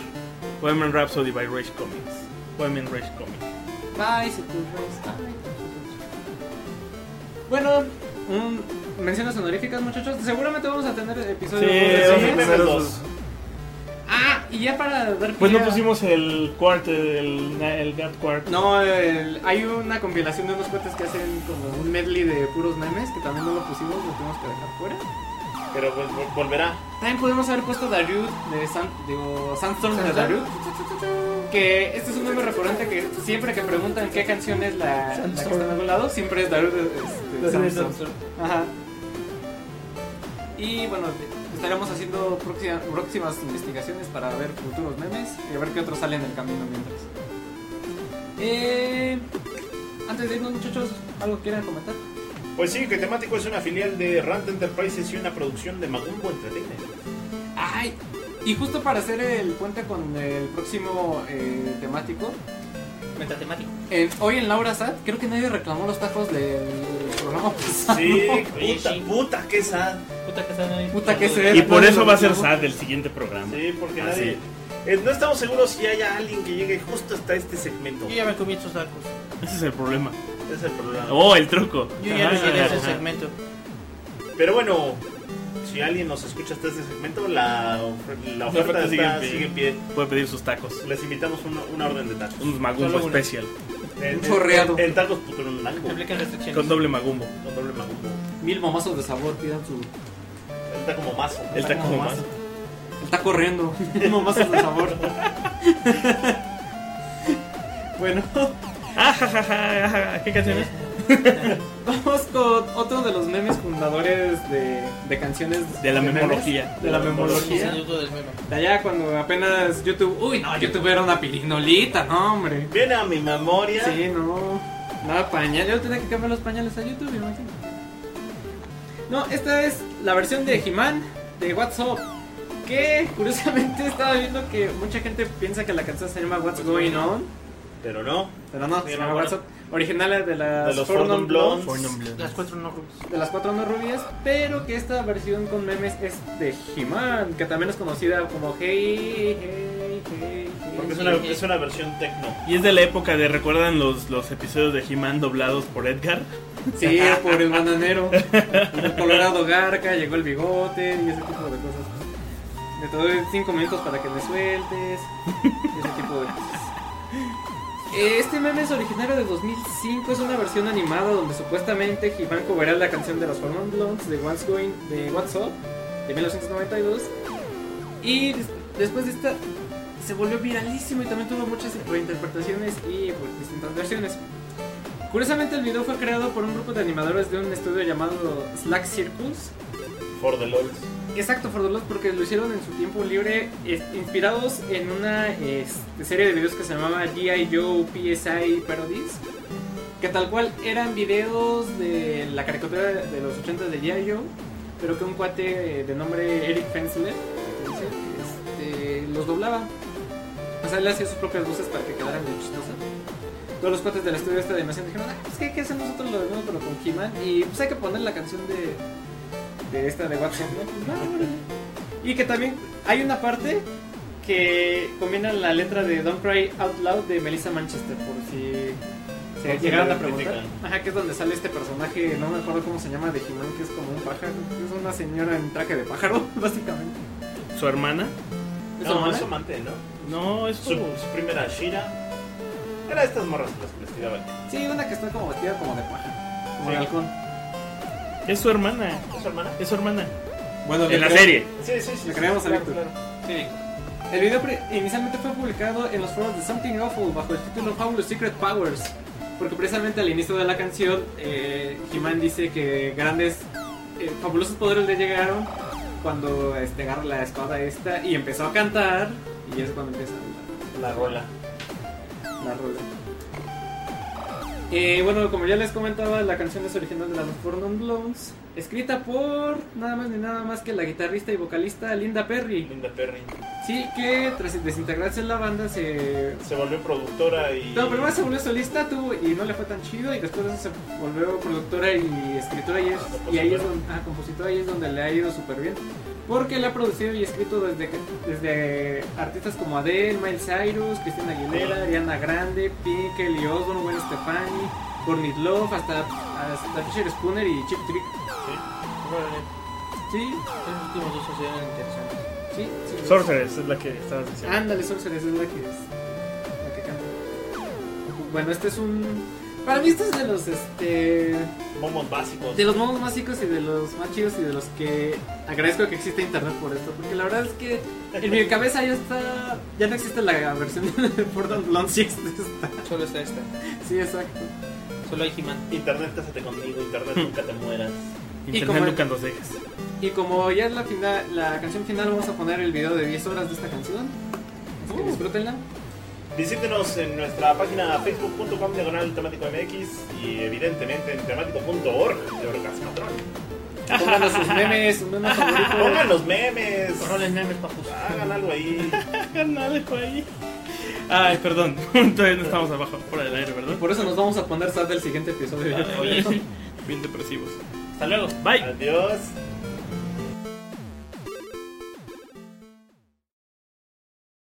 [SPEAKER 3] Women Rhapsody by Rage Comics. Women Rage Comics.
[SPEAKER 4] Bicycle Race. Bueno, mm, menciones honoríficas, muchachos. Seguramente vamos a tener episodios.
[SPEAKER 3] Sí,
[SPEAKER 4] ¿no?
[SPEAKER 3] vamos a
[SPEAKER 2] sí, pues-
[SPEAKER 3] poner
[SPEAKER 2] sí,
[SPEAKER 3] los-
[SPEAKER 4] Ah, y ya para dar
[SPEAKER 3] Pues
[SPEAKER 4] pie
[SPEAKER 3] no
[SPEAKER 4] a-
[SPEAKER 3] pusimos el cuarto, el, el Gat Quart.
[SPEAKER 4] No, el- hay una compilación de unos cuates que hacen como un medley de puros memes que también no lo pusimos, lo tuvimos que dejar fuera.
[SPEAKER 2] Pero pues vol- volverá.
[SPEAKER 4] También podemos haber puesto Darude de San, digo, Sandstorm de Darude. Que este es un meme recurrente que siempre que preguntan qué canción es la, la que está en algún lado, siempre es Darude este, Sandstorm. Ajá. Y bueno, estaremos haciendo próxima- próximas investigaciones para ver futuros memes y a ver qué otros salen del camino mientras. Eh, antes de irnos, muchachos, ¿algo quieran comentar?
[SPEAKER 2] Pues sí, que temático es una filial de Rant Enterprises y una producción de Magumbo Entertainment.
[SPEAKER 4] Ay, y justo para hacer el puente con el próximo eh, temático,
[SPEAKER 5] Metatemático.
[SPEAKER 4] eh, hoy en Laura Sat, creo que nadie reclamó los tacos del programa pues, pasado.
[SPEAKER 2] Sí,
[SPEAKER 5] Oye,
[SPEAKER 2] puta,
[SPEAKER 5] sí.
[SPEAKER 2] puta, qué sad.
[SPEAKER 5] Puta que se
[SPEAKER 4] Puta que se-
[SPEAKER 3] Y por eso va a ser sad el siguiente programa.
[SPEAKER 2] Sí, porque
[SPEAKER 3] Ah,
[SPEAKER 2] nadie.
[SPEAKER 3] sí.
[SPEAKER 2] Eh, no estamos seguros si haya alguien que llegue justo hasta este segmento.
[SPEAKER 5] Yo ya me comí estos tacos.
[SPEAKER 3] Ese es el problema.
[SPEAKER 2] Ese es el problema.
[SPEAKER 3] Oh, el truco.
[SPEAKER 5] Yo ya
[SPEAKER 3] Ajá,
[SPEAKER 5] me llegué a ese
[SPEAKER 3] ajá.
[SPEAKER 5] segmento.
[SPEAKER 2] Pero bueno, si alguien nos escucha hasta este segmento, la, ofre- la oferta
[SPEAKER 3] oferta sigue
[SPEAKER 2] está-
[SPEAKER 3] en pie.
[SPEAKER 2] sigue en pie.
[SPEAKER 3] Puede pedir sus tacos.
[SPEAKER 2] Les invitamos una, una orden de tacos.
[SPEAKER 3] Unos magumbo
[SPEAKER 5] Solo uno.
[SPEAKER 3] especial.
[SPEAKER 2] En- en-
[SPEAKER 4] chorreado.
[SPEAKER 2] En tacos putrunango.
[SPEAKER 5] Aplica restricciones.
[SPEAKER 3] Con doble magumbo.
[SPEAKER 2] Con doble magumbo.
[SPEAKER 4] Mil mamazos de sabor, pidan su.
[SPEAKER 2] El taco momazo.
[SPEAKER 3] El taco más.
[SPEAKER 4] Está corriendo. mamazos de sabor. bueno,
[SPEAKER 3] Ah, ¿Qué canción es?
[SPEAKER 4] vamos con otro de los memes fundadores de, de canciones.
[SPEAKER 3] De la
[SPEAKER 4] memes,
[SPEAKER 3] memología.
[SPEAKER 4] De la memología.
[SPEAKER 5] Saludo del meme.
[SPEAKER 4] De allá cuando apenas YouTube. Uy, no, YouTube era una pirinolita, no, hombre.
[SPEAKER 2] Viene a mi memoria.
[SPEAKER 4] Sí, no. Nada, pañal. Yo tenía que cambiar los pañales a YouTube, me imagino. No, esta es la versión de He-Man de What's Up. Que curiosamente estaba viendo que mucha gente piensa que la canción se llama
[SPEAKER 2] Pues
[SPEAKER 4] What's Going On.
[SPEAKER 2] Pero no.
[SPEAKER 4] Pero no, se
[SPEAKER 2] Sí,
[SPEAKER 4] llama
[SPEAKER 2] no,
[SPEAKER 4] What's Up. Original es de las
[SPEAKER 2] De los
[SPEAKER 4] Four
[SPEAKER 2] Four
[SPEAKER 4] Non
[SPEAKER 2] Non Blondes.
[SPEAKER 4] Blondes,
[SPEAKER 5] Las cuatro no rubias.
[SPEAKER 4] De las cuatro no rubias. Pero que esta versión con memes es de He-Man. Que también es conocida como Hey, hey, hey. hey.
[SPEAKER 2] Porque es una, es una versión tecno.
[SPEAKER 3] Y es de la época de, ¿recuerdan los, los episodios de He-Man doblados por Edgar?
[SPEAKER 4] Sí, por el bananero. El Colorado Garca, llegó el bigote y ese tipo de cosas. Le te doy cinco minutos para que me sueltes. Ese tipo de cosas. Eh, Este meme es originario de 2005, es una versión animada donde supuestamente He-Man cobrará la canción de los Four Non Blondes de What's Going, de What's Up, de 1992. Y des- después de esta se volvió viralísimo y también tuvo muchas reinterpretaciones y pues, distintas versiones. Curiosamente el video fue creado por un grupo de animadores de un estudio llamado Slack Circus.
[SPEAKER 2] For the LOLs.
[SPEAKER 4] Exacto, for the Lost, porque lo hicieron en su tiempo libre, es- inspirados en una este, serie de videos que se llamaba G.I. Joe PSI Parodies, que tal cual eran videos de la caricatura de los 80 de G.I. Joe, pero que un cuate eh, de nombre Eric Fensler este, los doblaba. O sea, él hacía sus propias voces para que quedaran bien chistosas. Todos los cuates del estudio de esta animación dijeron, ah, pues ¿qué, qué hacemos nosotros lo vemos pero con He-Man? Y pues hay que poner la canción de, de esta de WhatsApp, ¿no? Pues, va, órale. Y que también hay una parte que combina la letra de Don't Cry Out Loud de Melissa Manchester, por si se
[SPEAKER 2] Por si
[SPEAKER 4] llegaron
[SPEAKER 2] lo
[SPEAKER 4] a preguntar.
[SPEAKER 2] identifican.
[SPEAKER 4] Ajá, que es donde sale este personaje, no me acuerdo cómo se llama, de He-Man, que es como un pájaro. Es una señora en traje de pájaro, básicamente.
[SPEAKER 3] ¿Su hermana?
[SPEAKER 4] ¿Es
[SPEAKER 2] No,
[SPEAKER 4] humana?
[SPEAKER 2] es amante, ¿no?
[SPEAKER 3] No, es
[SPEAKER 2] Su,
[SPEAKER 3] como...
[SPEAKER 2] su primera Shira. Era estas morras las que les tiraban.
[SPEAKER 4] Sí, una que está como vestida como de pájaro, como
[SPEAKER 2] Sí.
[SPEAKER 4] de halcón.
[SPEAKER 3] Es su hermana.
[SPEAKER 2] ¿Es su hermana?
[SPEAKER 3] Es su hermana.
[SPEAKER 4] Bueno,
[SPEAKER 3] En la
[SPEAKER 4] creo-
[SPEAKER 3] serie.
[SPEAKER 2] Sí, sí, sí.
[SPEAKER 4] Le creemos
[SPEAKER 2] sí,
[SPEAKER 4] a
[SPEAKER 2] claro,
[SPEAKER 4] Víctor.
[SPEAKER 2] claro.
[SPEAKER 4] Sí. El video pre- inicialmente fue publicado en los foros de Something Awful bajo el título Fabulous Secret Powers, porque precisamente al inicio de la canción, eh, He-Man dice que grandes, eh, fabulosos poderes le llegaron cuando este, agarra la espada esta y empezó a cantar, y es cuando empieza
[SPEAKER 2] La rola.
[SPEAKER 4] la, la rola. Eh, bueno, como ya les comentaba, la canción es original de las Fornum Blondes, escrita por nada más ni nada más que la guitarrista y vocalista Linda Perry.
[SPEAKER 2] Linda Perry.
[SPEAKER 4] Sí, que tras desintegrarse en la banda se...
[SPEAKER 2] Se volvió productora y.
[SPEAKER 4] No, primero se volvió solista tuvo, y no le fue tan chido y después de eso se volvió productora y escritora y, es- y ahí es donde, ah, compositora y es donde le ha ido súper bien. Porque le ha producido y escrito desde, que- desde artistas como Adele, Miles Cyrus, Cristina Aguilera, Ariana Grande, Pink, Kelly Osbourne, Gwen Stefani, Courtney Love, hasta, hasta Fisher Spooner y Chip Trick. Sí,
[SPEAKER 5] Esos últimos dos son interesantes.
[SPEAKER 4] sí, sí.
[SPEAKER 3] Sorceress es la que estabas diciendo.
[SPEAKER 4] Ándale, Sorceress es la que es. La que canta. Bueno, este es un. Para mí, este es de los este.
[SPEAKER 2] Momos básicos.
[SPEAKER 4] De los modos más chicos y de los más chidos y de los que agradezco que exista internet por esto. Porque la verdad es que en mi cabeza ya está. Ya no existe la versión de Portal Blonde, sí existe esta.
[SPEAKER 5] Solo está esta.
[SPEAKER 4] Sí, exacto.
[SPEAKER 5] Solo hay He-Man.
[SPEAKER 2] Internet, cásate conmigo. Internet, nunca te mueras.
[SPEAKER 4] Ah, y como-
[SPEAKER 3] Internet nunca nos dejes.
[SPEAKER 4] Y como ya es la, final, la canción final, vamos a poner el video de 10 horas de esta canción. Así que disfrútenla.
[SPEAKER 2] Visítenos en nuestra página facebook.com diagonal temático MX y evidentemente en temático.org de Orgasmatrón.
[SPEAKER 4] Pónganos sus memes, sus memes favoritos.
[SPEAKER 2] Ah. Pongan los memes,
[SPEAKER 5] Rolen memes, papus.
[SPEAKER 2] hagan algo ahí.
[SPEAKER 3] ahí. Ay, perdón. Todavía no estamos abajo, fuera del aire, ¿verdad?
[SPEAKER 4] Por eso nos vamos a poner sad del siguiente episodio.
[SPEAKER 3] Oye, bien depresivos.
[SPEAKER 5] Hasta luego.
[SPEAKER 3] Bye.
[SPEAKER 2] Adiós.